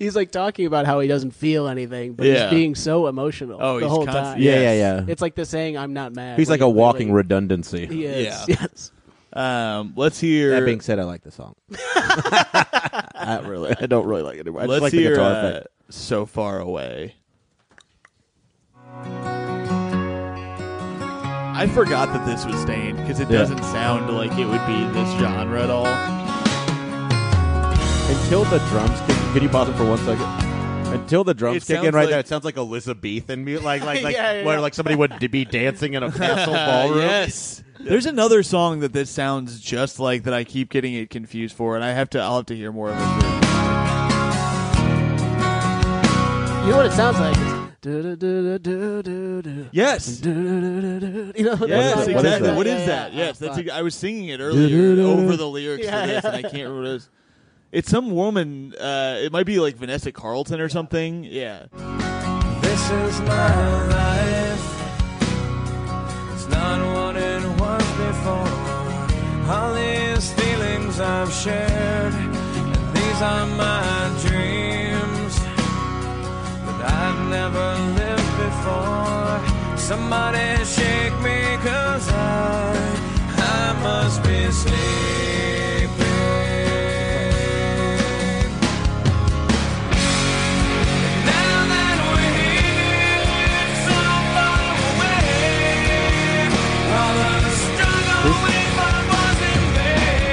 Speaker 4: he's like talking about how he doesn't feel anything, but
Speaker 3: Yeah.
Speaker 4: he's being so emotional
Speaker 3: Oh,
Speaker 4: the
Speaker 3: he's
Speaker 4: whole
Speaker 3: constant-
Speaker 4: time.
Speaker 5: Yeah,
Speaker 3: Yes.
Speaker 5: yeah, yeah.
Speaker 4: It's like the saying, "I'm not mad."
Speaker 5: He's
Speaker 4: when
Speaker 5: like a
Speaker 4: you
Speaker 5: walking
Speaker 4: really-
Speaker 5: redundancy.
Speaker 4: He
Speaker 3: Yeah.
Speaker 4: is. Yes.
Speaker 3: Um, let's hear.
Speaker 5: That being said, I like the song. I
Speaker 3: uh,
Speaker 5: really, I don't really like it anymore. I
Speaker 3: let's
Speaker 5: just like the
Speaker 3: hear.
Speaker 5: guitar
Speaker 3: uh,
Speaker 5: effect.
Speaker 3: so far away. I forgot that this was Stained because it doesn't sound like it would be this genre at all.
Speaker 5: Until the drums kick, can you pause it for one second? Until the drums
Speaker 3: It
Speaker 5: kick in
Speaker 3: sounds
Speaker 5: right
Speaker 3: like-
Speaker 5: there, it sounds like Elizabethan music, like like like
Speaker 4: Yeah, yeah,
Speaker 5: where
Speaker 4: yeah.
Speaker 5: like somebody would be dancing in a castle ballroom.
Speaker 3: yes. There's another song that this sounds just like that I keep getting it confused for, and I have to. I'll have to hear more of it.
Speaker 4: You know what it sounds like? It's du-du-du-du-du-du.
Speaker 3: Yes.
Speaker 4: Du-du-du-du-du. You know,
Speaker 3: Yes,
Speaker 4: that's-
Speaker 3: exactly.
Speaker 5: What is that?
Speaker 3: What is that?
Speaker 4: Yeah, yeah, yeah.
Speaker 3: Yes, that's.
Speaker 4: Fuck.
Speaker 3: I was singing it earlier over the lyrics
Speaker 4: Yeah,
Speaker 3: to this,
Speaker 4: yeah.
Speaker 3: and I can't remember what it is. It's some woman. Uh, it might be like Vanessa Carlton or something. Yeah.
Speaker 9: This is my life. It's not what it was before. All these feelings I've shared, and these are my dreams that I've never lived before. Somebody shake me, cause I, I must be sleeping. Now that we're here, so far away, all of the struggle we fought was in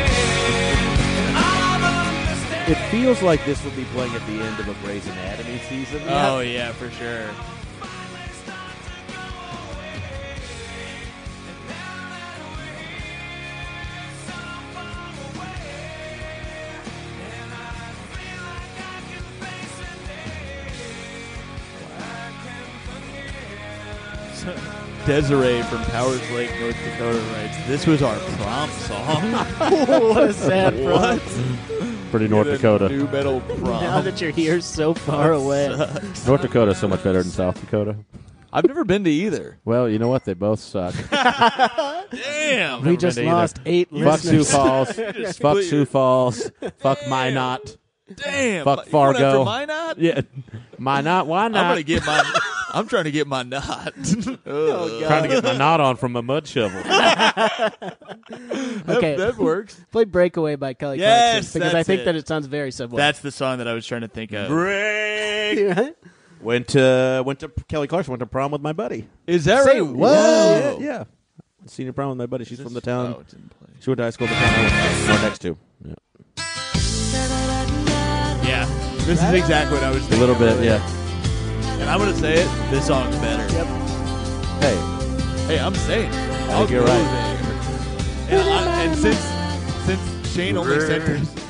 Speaker 9: vain. All the
Speaker 5: It
Speaker 9: mistakes.
Speaker 5: feels like this would be playing at the end of a Grey's Anatomy season.
Speaker 3: Oh yeah, for sure. So, Desiree from Powers Lake, North Dakota writes, This was our prom song.
Speaker 4: what a sad problem.
Speaker 15: Pretty North
Speaker 3: The
Speaker 15: Dakota.
Speaker 3: New metal
Speaker 4: Now
Speaker 3: prom.
Speaker 4: that you're here so far away.
Speaker 15: North Dakota so much better than South Dakota.
Speaker 3: I've never been to either.
Speaker 15: Well, you know what? They both suck.
Speaker 3: Damn.
Speaker 4: We just
Speaker 15: been either.
Speaker 4: lost eight
Speaker 15: Fuck Sioux
Speaker 4: listeners.
Speaker 15: Falls. Fuck
Speaker 3: split
Speaker 15: Sioux
Speaker 3: your-
Speaker 15: Falls. Fuck Minot. Fuck
Speaker 3: Damn. You went after
Speaker 15: Fargo.
Speaker 3: Minot?
Speaker 15: Yeah. Minot. Why
Speaker 3: I'm
Speaker 15: not?
Speaker 3: gonna get my. I'm trying to get my knot. oh god,
Speaker 15: Trying to get my knot on from a mud shovel.
Speaker 4: Okay,
Speaker 3: that works.
Speaker 4: play "Breakaway" by Kelly
Speaker 3: Yes,
Speaker 4: Clarkson because I
Speaker 3: that's
Speaker 4: think
Speaker 3: it.
Speaker 4: that it sounds very subway.
Speaker 3: That's the song that I was trying to think of.
Speaker 5: Break.
Speaker 4: right.
Speaker 5: Went to went to Kelly Clarkson. Went to prom with my buddy.
Speaker 3: Is that
Speaker 4: Say
Speaker 3: right?
Speaker 4: what? Oh.
Speaker 3: Whoa.
Speaker 5: Yeah, yeah. Senior prom with my buddy. She's from the town.
Speaker 3: Oh, it's in play.
Speaker 5: She went to high school. in The town I went- we're next to. Yeah.
Speaker 3: Yeah, this is exactly what I was.
Speaker 15: A
Speaker 3: Thinking
Speaker 15: little bit,
Speaker 3: earlier.
Speaker 15: yeah.
Speaker 3: And I'm gonna say it. This song's better.
Speaker 15: Hey,
Speaker 3: Hey, I'm saying. I
Speaker 15: think you're right.
Speaker 3: And, I, and since since Shane only sent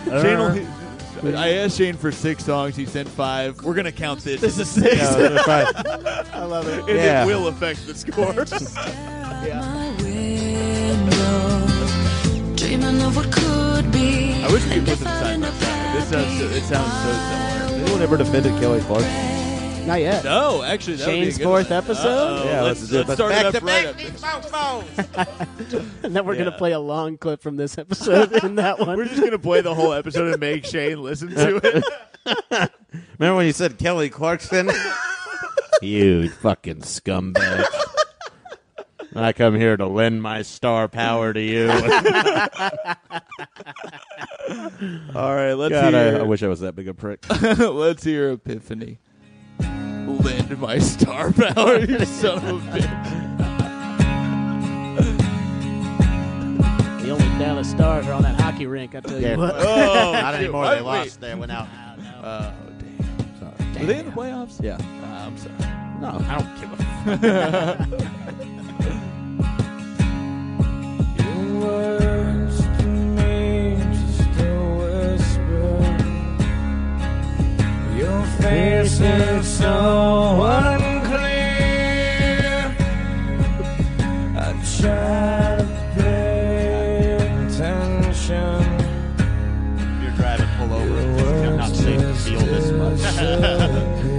Speaker 3: Shane only.
Speaker 15: Uh-huh.
Speaker 3: I asked Shane for six songs. He sent five. We're gonna count this. This is six.
Speaker 4: I love it.
Speaker 3: and
Speaker 15: Yeah.
Speaker 3: it will affect the score.
Speaker 16: Dreaming of what could be.
Speaker 3: I wish we could put them side by side. This sounds so, it sounds so similar.
Speaker 15: anyone ever defended Kelly Clarkson?
Speaker 4: Not yet.
Speaker 3: No, actually, that would be a
Speaker 4: Shane's
Speaker 3: good
Speaker 4: fourth
Speaker 3: one.
Speaker 4: episode?
Speaker 3: Uh-oh,
Speaker 5: Yeah,
Speaker 3: let's,
Speaker 5: let's do it.
Speaker 3: let's
Speaker 5: But
Speaker 3: start it
Speaker 5: back
Speaker 3: up right
Speaker 5: to back
Speaker 3: up.
Speaker 4: And then we're
Speaker 3: Yeah.
Speaker 4: gonna play a long clip from this episode and that one.
Speaker 3: We're just gonna play the whole episode and make Shane listen to it.
Speaker 5: Remember when you said Kelly Clarkson? you fucking scumbag. I come here to lend my star power to you.
Speaker 3: All right, let's
Speaker 5: God, I,
Speaker 3: hear.
Speaker 5: I wish I was that big a prick.
Speaker 3: let's hear Epiphany. Lend my star power, you son of a bitch.
Speaker 4: The only Dallas Stars are on that hockey rink. I tell you what.
Speaker 3: Oh,
Speaker 5: Not
Speaker 3: shit,
Speaker 5: anymore.
Speaker 3: why-
Speaker 5: They
Speaker 3: wait.
Speaker 5: lost. They went out.
Speaker 3: Oh, damn. Sorry. Were they in the playoffs?
Speaker 5: Yeah.
Speaker 3: Ah, I'm sorry.
Speaker 5: No, I don't give a.
Speaker 9: Your words to me just a whisper. Your face is so unclear. I try to pay attention.
Speaker 5: You're driving pull
Speaker 9: Your
Speaker 5: over. I'm not
Speaker 9: words
Speaker 5: safe to
Speaker 9: just
Speaker 5: feel this much.
Speaker 9: disappear.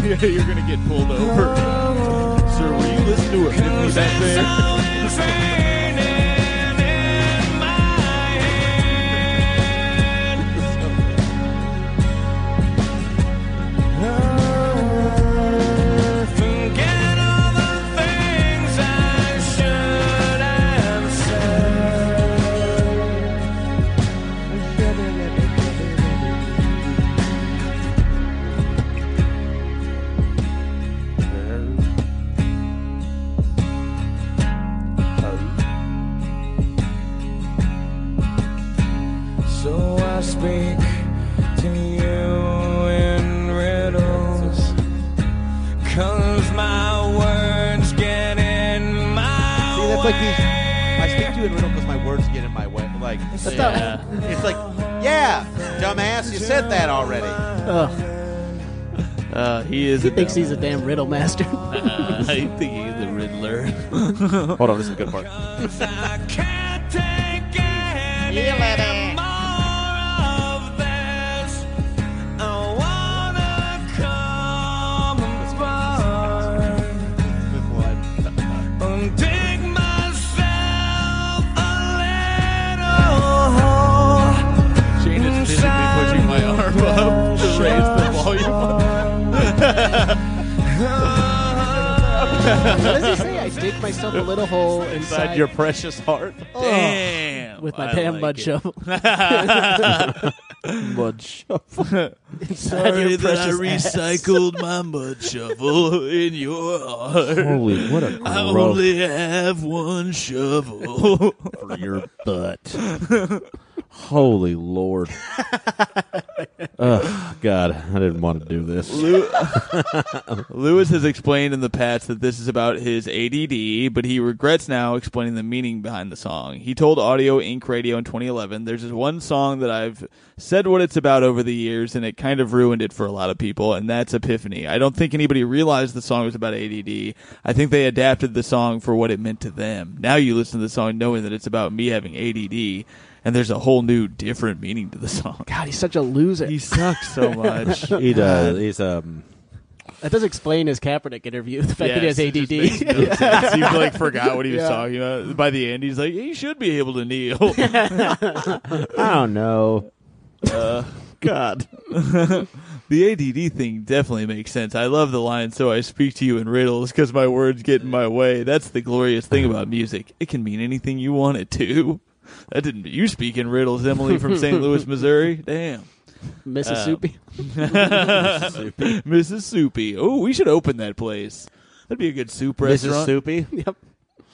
Speaker 3: Yeah, you're gonna get pulled over, sir. Will you listen to Epiphany back there?
Speaker 9: Your
Speaker 8: I speak to you in riddle because my words get in my way. Like it's
Speaker 3: Yeah.
Speaker 8: like, yeah, dumbass, you said that already.
Speaker 4: Ugh,
Speaker 3: Uh, he is.
Speaker 4: he
Speaker 3: a
Speaker 4: thinks
Speaker 3: dumb-
Speaker 4: he's a damn riddle master.
Speaker 3: I think he's the Riddler.
Speaker 8: Hold on, this is a good part.
Speaker 3: Shane is physically pushing my arm up to raise the volume.
Speaker 4: What does he say? I dig myself a little hole inside,
Speaker 8: Inside your precious heart.
Speaker 4: Oh,
Speaker 3: Damn.
Speaker 4: with my
Speaker 3: I
Speaker 4: damn
Speaker 3: like
Speaker 4: mud
Speaker 3: it.
Speaker 4: shovel. mud shovel.
Speaker 3: Sorry
Speaker 4: your
Speaker 3: that I
Speaker 4: precious ass.
Speaker 3: recycled my mud shovel in your heart.
Speaker 5: Holy, what a
Speaker 3: I
Speaker 5: gross
Speaker 3: only have one shovel.
Speaker 5: for your butt. Holy Lord. Ugh, God, I didn't want to do this.
Speaker 3: Lewis has explained in the past that this is about his ADD, but he regrets now explaining the meaning behind the song. He told Audio Inc. Radio in 2011, "There's this one song that I've said what it's about over the years, and it kind of ruined it for a lot of people, and that's Epiphany. I don't think anybody realized the song was about ADD. I think they adapted the song for what it meant to them. Now you listen to the song knowing that it's about me having ADD, and there's a whole new, different meaning to the song.
Speaker 4: God, he's such a loser.
Speaker 3: He sucks so much."
Speaker 5: He does. He's um.
Speaker 4: that does explain his Kaepernick interview. The fact
Speaker 3: Yes,
Speaker 4: that
Speaker 3: it just
Speaker 4: he
Speaker 3: makes
Speaker 4: has ADD.
Speaker 3: no sense. he like forgot what he was
Speaker 4: Yeah.
Speaker 3: talking about. By the end, he's like, he should be able to kneel.
Speaker 5: I don't know.
Speaker 3: God, the ADD thing definitely makes sense. I love the line. So I speak to you in riddles because my words get in my way. That's the glorious thing about music. It can mean anything you want it to. That didn't. You speak in riddles, Emily from St. Louis, Missouri. Damn.
Speaker 4: Mississippi.
Speaker 3: Um, Mrs. Soupy. Oh, we should open that place. That'd be a good soup
Speaker 8: Mrs.
Speaker 3: restaurant.
Speaker 8: Soupy.
Speaker 4: yep.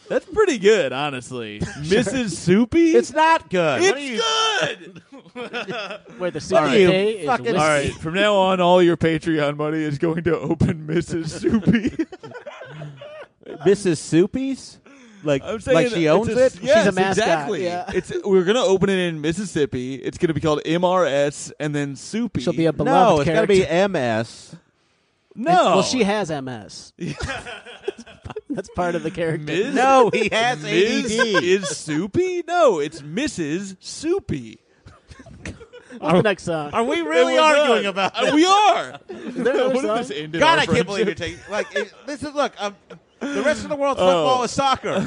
Speaker 3: That's pretty good, honestly. Mrs. Soupy.
Speaker 8: It's not good. What are you-
Speaker 3: it's good.
Speaker 4: Where the super
Speaker 3: you
Speaker 4: day is
Speaker 8: fucking-
Speaker 4: whiskey.
Speaker 3: All right, from now on, all your Patreon money is going to open Mrs. Soupy.
Speaker 8: Mrs. Soupy's? Like,
Speaker 3: I'm saying
Speaker 8: like she
Speaker 3: it's
Speaker 8: owns
Speaker 3: a,
Speaker 8: it?
Speaker 3: Yes,
Speaker 4: She's a mascot,
Speaker 3: exactly.
Speaker 4: yeah.
Speaker 3: It's we're gonna open it in Mississippi. It's gonna be called MRS and then Soupy.
Speaker 4: She'll be a
Speaker 8: No,
Speaker 4: beloved
Speaker 8: it's got to
Speaker 4: character.
Speaker 8: be MS.
Speaker 3: no.
Speaker 4: Well, she has MS. That's part of the character.
Speaker 3: Ms.
Speaker 8: No, he has
Speaker 3: Ms.
Speaker 8: ADD.
Speaker 3: is Soupy. No, it's Mrs. Soupy.
Speaker 4: What's the next song?
Speaker 8: Are we really
Speaker 3: And we're
Speaker 8: arguing
Speaker 3: done.
Speaker 8: about
Speaker 3: Uh,
Speaker 8: this?
Speaker 3: We are.
Speaker 4: Is there another
Speaker 3: What
Speaker 4: song?
Speaker 3: if this ended
Speaker 8: God,
Speaker 3: our
Speaker 8: I can't believe
Speaker 3: friendship?
Speaker 8: you're taking like it, this is look. Um, the rest of the world's football is soccer.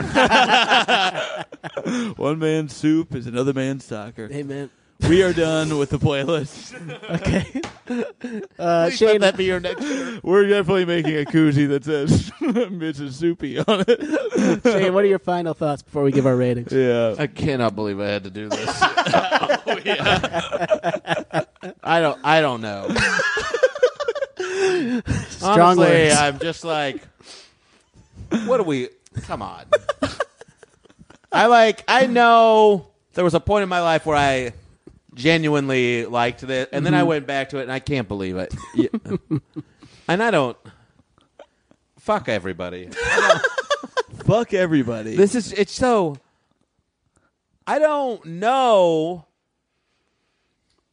Speaker 3: One man's soup is another man's soccer.
Speaker 4: Hey man.
Speaker 3: We are done with the playlist.
Speaker 4: Okay. Uh, Shane,
Speaker 8: be your next.
Speaker 3: We're definitely making a koozie that says Mrs. Soupy on it.
Speaker 4: Shane, what are your final thoughts before we give our ratings?
Speaker 3: Yeah.
Speaker 8: I cannot believe I had to do this.
Speaker 3: Oh,
Speaker 8: I don't. I don't know.
Speaker 4: Strong words.
Speaker 8: I'm just like, what do we? Come on. I like. I know there was a point in my life where I genuinely liked this, and then I went back to it, and I can't believe it. Yeah. and I don't. Fuck everybody.
Speaker 3: Fuck everybody.
Speaker 8: This is it's so. I don't know.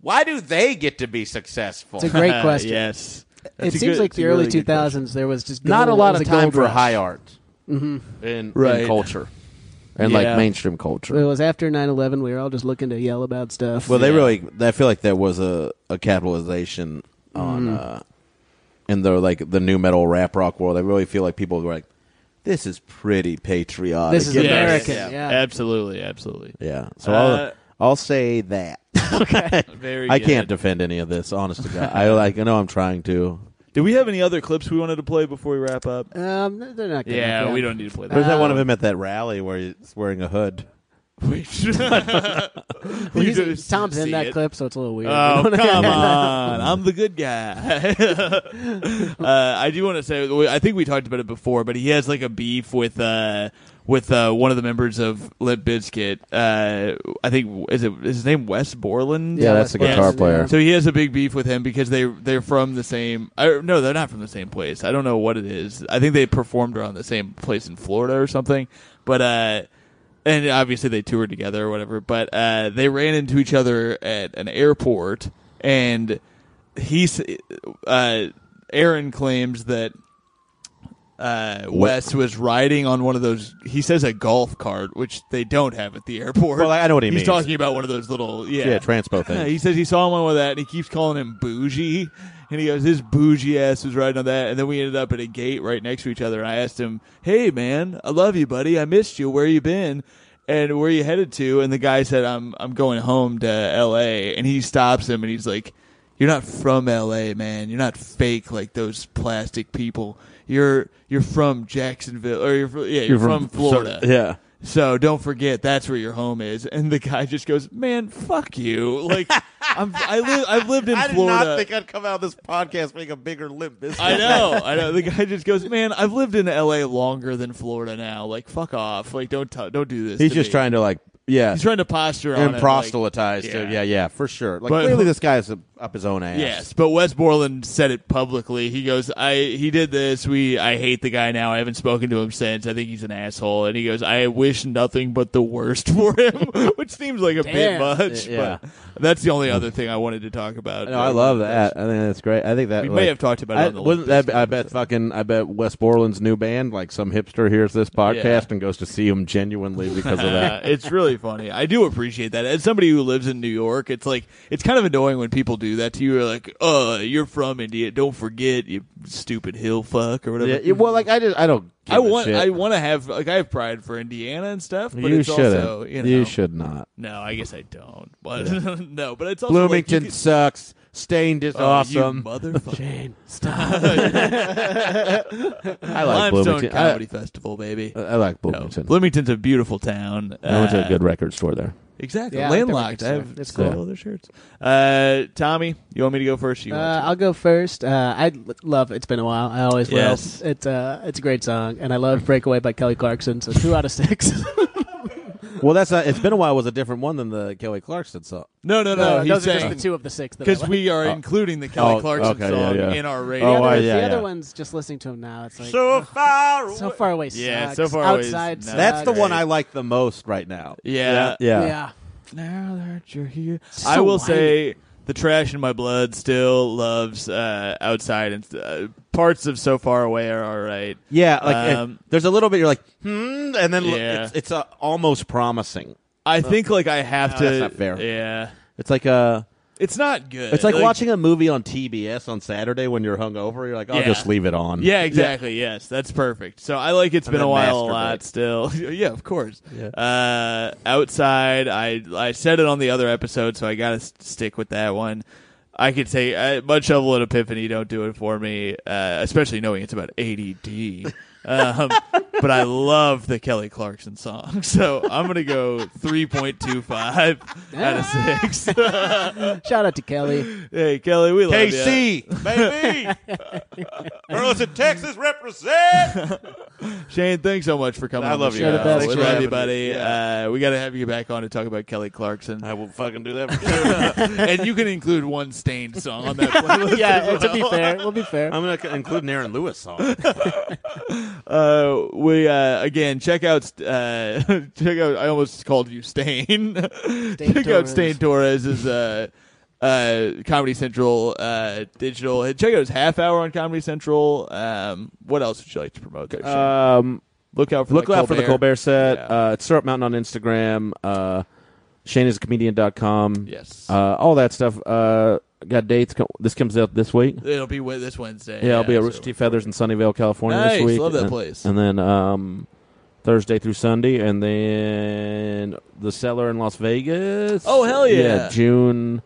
Speaker 8: Why do they get to be successful?
Speaker 4: It's a great question.
Speaker 3: Uh, yes.
Speaker 4: It
Speaker 3: That's a
Speaker 4: seems
Speaker 3: good-
Speaker 4: like
Speaker 3: it's a
Speaker 4: the early
Speaker 3: really good
Speaker 4: 2000s there was just
Speaker 8: Not a
Speaker 4: gold-
Speaker 8: lot
Speaker 4: it
Speaker 8: of
Speaker 4: was
Speaker 8: time
Speaker 4: gold
Speaker 8: for Mm-hmm.
Speaker 4: rush.
Speaker 8: high art in,
Speaker 3: Right.
Speaker 8: culture and
Speaker 3: Yeah.
Speaker 8: like mainstream
Speaker 4: It
Speaker 8: culture.
Speaker 4: was after 9/11. We were all just looking to yell about stuff.
Speaker 5: Well, they really. I feel like there was a, a capitalization on uh, in the like the new metal rap rock world. I really feel like people were like, "This is pretty patriotic."
Speaker 4: This is
Speaker 5: Yeah.
Speaker 3: Yes.
Speaker 4: American.
Speaker 3: Yeah.
Speaker 4: Yeah.
Speaker 3: Absolutely, absolutely.
Speaker 5: yeah. So
Speaker 3: Uh,
Speaker 5: I'll I'll say that.
Speaker 3: Very
Speaker 5: I
Speaker 3: good.
Speaker 5: can't defend any of this, honest to God. I like. I know I'm trying to.
Speaker 3: Do we have any other clips we wanted to play before we wrap up?
Speaker 4: Um, they're not. Good enough,
Speaker 3: don't need to play
Speaker 5: There's that one of him at that rally where he's wearing a hood.
Speaker 4: Well,
Speaker 3: You
Speaker 4: he's-
Speaker 3: just
Speaker 4: Tom's in
Speaker 3: see
Speaker 4: that
Speaker 3: it.
Speaker 4: clip, so it's a little weird.
Speaker 3: Oh come on! I'm the good guy. uh, I do want to say we- I think we talked about it before, but he has like a beef with uh, with uh, one of the members of Lip Bizkit. Uh, I think is it is his name Wes Borland?
Speaker 5: Yeah, that's the
Speaker 4: what it
Speaker 5: guitar
Speaker 4: is,
Speaker 5: player.
Speaker 4: yeah.
Speaker 3: So he has a big beef with him because they they're from the same. I, no, they're not from the same place. I don't know what it is. I think they performed around the same place in Florida or something. But uh, and obviously they toured together or whatever. But uh, they ran into each other at an airport, and he's uh, Aaron claims that uh, Wes was riding on one of those. He says a golf cart, which they don't have at the airport.
Speaker 5: Well, I know what he
Speaker 3: He's
Speaker 5: means.
Speaker 3: talking about one of those little yeah,
Speaker 5: Yeah, transpo things.
Speaker 3: He says he saw him on one of that, and he keeps calling him bougie. And he goes, "His bougie ass was riding on that." And then we ended up at a gate right next to each other. And I asked him, "Hey, man, I love you, buddy. I missed you. Where you been?" And where you headed to? And the guy said, "I'm I'm going home to L.A." And he stops him, and he's like, you're not from LA, man. You're not fake like those plastic people. You're you're from Jacksonville or you're fr- yeah, you're, from, Florida.
Speaker 5: yeah.
Speaker 3: So don't forget that's where your home is. And the guy just goes, "Man, fuck you." Like I'm I live I've lived in
Speaker 8: I did
Speaker 3: Florida.
Speaker 8: not think I'd come out of this podcast being a bigger limp business.
Speaker 3: I know, I know. The guy just goes, "Man, I've lived in LA longer than Florida now. Like, fuck off. Like, don't t- don't do this."
Speaker 5: He's
Speaker 3: to
Speaker 5: just
Speaker 3: me."
Speaker 5: trying to like, yeah,
Speaker 3: He's trying to posture on it,
Speaker 5: and
Speaker 3: like-
Speaker 5: proselytize to,
Speaker 3: yeah.
Speaker 5: yeah, yeah, for sure. Like
Speaker 3: But-
Speaker 5: clearly, this guy's up his own ass.
Speaker 3: Yes, but Wes Borland said it publicly. He goes, "I he did this. We I hate the guy now. I haven't spoken to him since. I think he's an asshole." And he goes, "I wish nothing but the worst for him," which seems like a bit
Speaker 4: Damn.
Speaker 3: much.
Speaker 5: Yeah.
Speaker 3: But that's the only other thing I wanted to talk about.
Speaker 5: No, I love that. I think that's great. I think that
Speaker 3: We
Speaker 5: like-
Speaker 3: may have talked about it.
Speaker 5: I,
Speaker 3: on the
Speaker 5: wouldn't
Speaker 3: Limp
Speaker 5: that? I bet fucking. I bet West Borland's new band, like some hipster, hears this podcast
Speaker 3: Yeah.
Speaker 5: and goes to see him genuinely because of
Speaker 3: Uh,
Speaker 5: that.
Speaker 3: it's really funny. I do appreciate that. As somebody who lives in New York, it's like it's kind of annoying when people do that to you. You're like, "Uh, you're from India. Don't forget, you stupid hill fuck or whatever."
Speaker 5: Yeah, yeah, well, like I just, I don't. Give
Speaker 3: I
Speaker 5: a
Speaker 3: want
Speaker 5: shit.
Speaker 3: I want to have like I have pride for Indiana and stuff, but
Speaker 5: you
Speaker 3: it's
Speaker 5: shouldn't.
Speaker 3: also you know
Speaker 5: should not.
Speaker 3: no, I guess I don't. But no, but it's also
Speaker 5: Bloomington
Speaker 3: like, oh,
Speaker 5: sucks. Stained is
Speaker 3: you
Speaker 5: awesome.
Speaker 3: could- you motherfucker.
Speaker 5: I like
Speaker 3: Limestone
Speaker 5: Bloomington.
Speaker 3: Comedy
Speaker 5: I,
Speaker 3: Festival, baby.
Speaker 5: I like
Speaker 3: No,
Speaker 5: Bloomington.
Speaker 3: Bloomington's a beautiful town.
Speaker 5: I went to a
Speaker 3: Uh,
Speaker 5: good record store there.
Speaker 3: exactly
Speaker 4: Yeah, I like the
Speaker 3: landlocked. I
Speaker 4: record
Speaker 3: have
Speaker 4: store. It's
Speaker 3: several
Speaker 4: cool.
Speaker 3: other shirts. Uh, Tommy, you want me to go first? or You
Speaker 4: Uh,
Speaker 3: want
Speaker 4: I'll go first. Uh, I l- love "It's Been a While." I always will.
Speaker 3: Yes.
Speaker 4: It's uh, it's a great song, and I love "Breakaway" by Kelly Clarkson. So two out of six. Uh,
Speaker 5: Well, that's not, it's been a while. Was a different one than the Kelly Clarkson song.
Speaker 3: to? no, no, no.
Speaker 4: Uh,
Speaker 3: he's
Speaker 4: those are just the
Speaker 3: saying
Speaker 4: two of the six. that I
Speaker 3: because
Speaker 4: like.
Speaker 3: we are including the Kelly
Speaker 5: Oh,
Speaker 3: Clarkson
Speaker 5: okay, yeah,
Speaker 3: song
Speaker 5: yeah.
Speaker 3: in our
Speaker 4: The
Speaker 3: radio.
Speaker 5: Oh,
Speaker 4: other,
Speaker 5: I- yeah,
Speaker 4: the other
Speaker 5: yeah.
Speaker 4: one's just listening to him now. It's like
Speaker 8: So far away.
Speaker 4: so far away. Sucks.
Speaker 3: Yeah, So Far Away is
Speaker 4: outside.
Speaker 3: not
Speaker 5: That's the
Speaker 4: sucks.
Speaker 5: one I like the most right now.
Speaker 3: yeah,
Speaker 5: Yeah.
Speaker 4: Yeah.
Speaker 3: Now that you're here,
Speaker 4: So
Speaker 3: I will
Speaker 4: whiny.
Speaker 3: say the trash in my blood still loves uh, outside and uh, parts of so far away are all right.
Speaker 5: Yeah, like
Speaker 3: Um,
Speaker 5: it- there's a little bit you're like, hmm, and then look,
Speaker 3: Yeah.
Speaker 5: it's, it's uh, almost promising.
Speaker 3: I think like I have
Speaker 5: No,
Speaker 3: to.
Speaker 5: that's not fair.
Speaker 3: Yeah,
Speaker 5: It's like a,
Speaker 3: it's not good.
Speaker 5: it's Uh, like, watching a movie on TBS on Saturday when you're hungover. You're like, I'll
Speaker 3: Yeah.
Speaker 5: just leave it on.
Speaker 3: Yeah, exactly. Yes, that's perfect. So I like it's been a
Speaker 5: then
Speaker 3: while a
Speaker 5: masturbate.
Speaker 3: lot still. yeah, of course. Uh, outside, I I said it on the other episode, so I got to stick with that one. I could say uh, Mud Shovel and Epiphany don't do it for me, uh, especially knowing it's about ADD. um, but I love the Kelly Clarkson song, so I'm gonna go 3.25 out of six.
Speaker 4: Shout out to Kelly.
Speaker 3: hey Kelly, we love you.
Speaker 8: KC, baby. Burleson, Texas, represent.
Speaker 3: Shane, thanks so much for coming.
Speaker 8: I
Speaker 3: on the
Speaker 8: love you
Speaker 3: show.
Speaker 4: guys. Thanks
Speaker 3: We
Speaker 4: for
Speaker 3: love
Speaker 8: having
Speaker 3: you,
Speaker 8: me.
Speaker 3: buddy. Uh, we got to have you back on to talk about Kelly Clarkson,
Speaker 8: I will fucking do that. For sure.
Speaker 3: and you can include one stained song on that playlist.
Speaker 4: yeah,
Speaker 3: as
Speaker 4: to be
Speaker 3: well.
Speaker 4: fair, we'll be fair.
Speaker 5: I'm gonna c- include an Aaron Lewis song.
Speaker 3: Uh, we uh, again check out uh, check out. I almost called you Stain. check out
Speaker 4: Torres.
Speaker 3: Stain Torres is uh, uh, Comedy Central uh, digital. Check out his half hour on Comedy Central. Um, what else would you like to promote? There, Shane?
Speaker 5: um,
Speaker 3: look out for
Speaker 5: look
Speaker 3: the
Speaker 5: out for the Colbert set.
Speaker 3: Yeah.
Speaker 5: Uh, it's Syrup Mountain on Instagram. Uh, ShaneIsAComedian.com.
Speaker 3: Yes.
Speaker 5: Uh, all that stuff. Uh, got dates. co- This comes out this week.
Speaker 3: It'll be wi- this Wednesday.
Speaker 5: Yeah, I'll be at
Speaker 3: so-
Speaker 5: Rooster Teeth Feathers in Sunnyvale, California
Speaker 3: Nice,
Speaker 5: this week.
Speaker 3: love that
Speaker 5: and,
Speaker 3: place.
Speaker 5: And then um, Thursday through Sunday, and then the Cellar in Las Vegas.
Speaker 3: Oh, hell yeah.
Speaker 5: June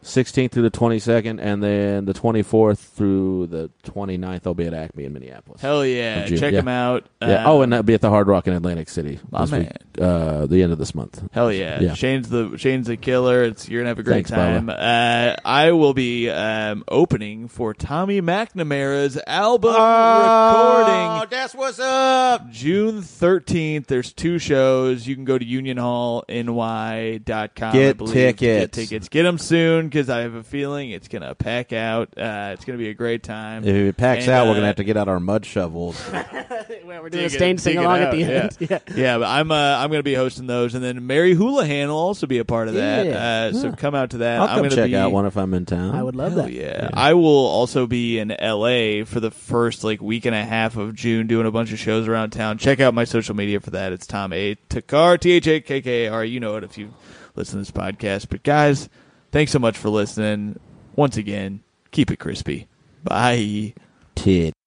Speaker 5: sixteenth through the twenty second, and then the twenty fourth through the 29th, I'll be at Acme in Minneapolis.
Speaker 3: Hell yeah.
Speaker 5: Of June,
Speaker 3: Check
Speaker 5: yeah.
Speaker 3: him out.
Speaker 5: yeah.
Speaker 3: Uh,
Speaker 5: oh, and I'll be at the Hard Rock in Atlantic City
Speaker 3: My
Speaker 5: this week,
Speaker 3: man.
Speaker 5: uh, the end of this month.
Speaker 3: Hell yeah.
Speaker 5: Yeah.
Speaker 3: Shane's the Shane's a killer. It's you're gonna have a great
Speaker 5: Thanks,
Speaker 3: time. Uh, I will be um, opening for Tommy McNamara's album recording
Speaker 8: Oh, that's what's up.
Speaker 3: June thirteenth. There's two shows. You can go to unionhallny.com. I
Speaker 5: Get
Speaker 3: believe, to Get
Speaker 5: tickets.
Speaker 3: tickets. Get them soon because I have a feeling it's gonna pack out. Uh, it's gonna be a great time.
Speaker 5: If it packs
Speaker 3: And,
Speaker 5: out,
Speaker 3: uh,
Speaker 5: we're gonna have to get out our mud shovels.
Speaker 4: where we're doing a
Speaker 3: Dig it-
Speaker 4: stained
Speaker 3: dig
Speaker 4: sing
Speaker 3: it
Speaker 4: along at
Speaker 3: out,
Speaker 4: the end. Yeah.
Speaker 3: yeah, but I'm uh, I'm going to be hosting those, and then Mary Houlihan will also be a part of that.
Speaker 4: Yeah.
Speaker 3: Uh, so come out to that. am
Speaker 5: I'll come
Speaker 3: going to
Speaker 5: check
Speaker 3: be,
Speaker 5: out one if I'm in town.
Speaker 4: I would love
Speaker 3: Hell
Speaker 4: that.
Speaker 3: yeah. I will also be in LA for the first like week and a half of June doing a bunch of shows around town. Check out my social media for that. It's Tom A Takar T H A K K A R. You know it if you listen to this podcast. But guys, thanks so much for listening. Once again, keep it crispy. Bye.
Speaker 5: Tit.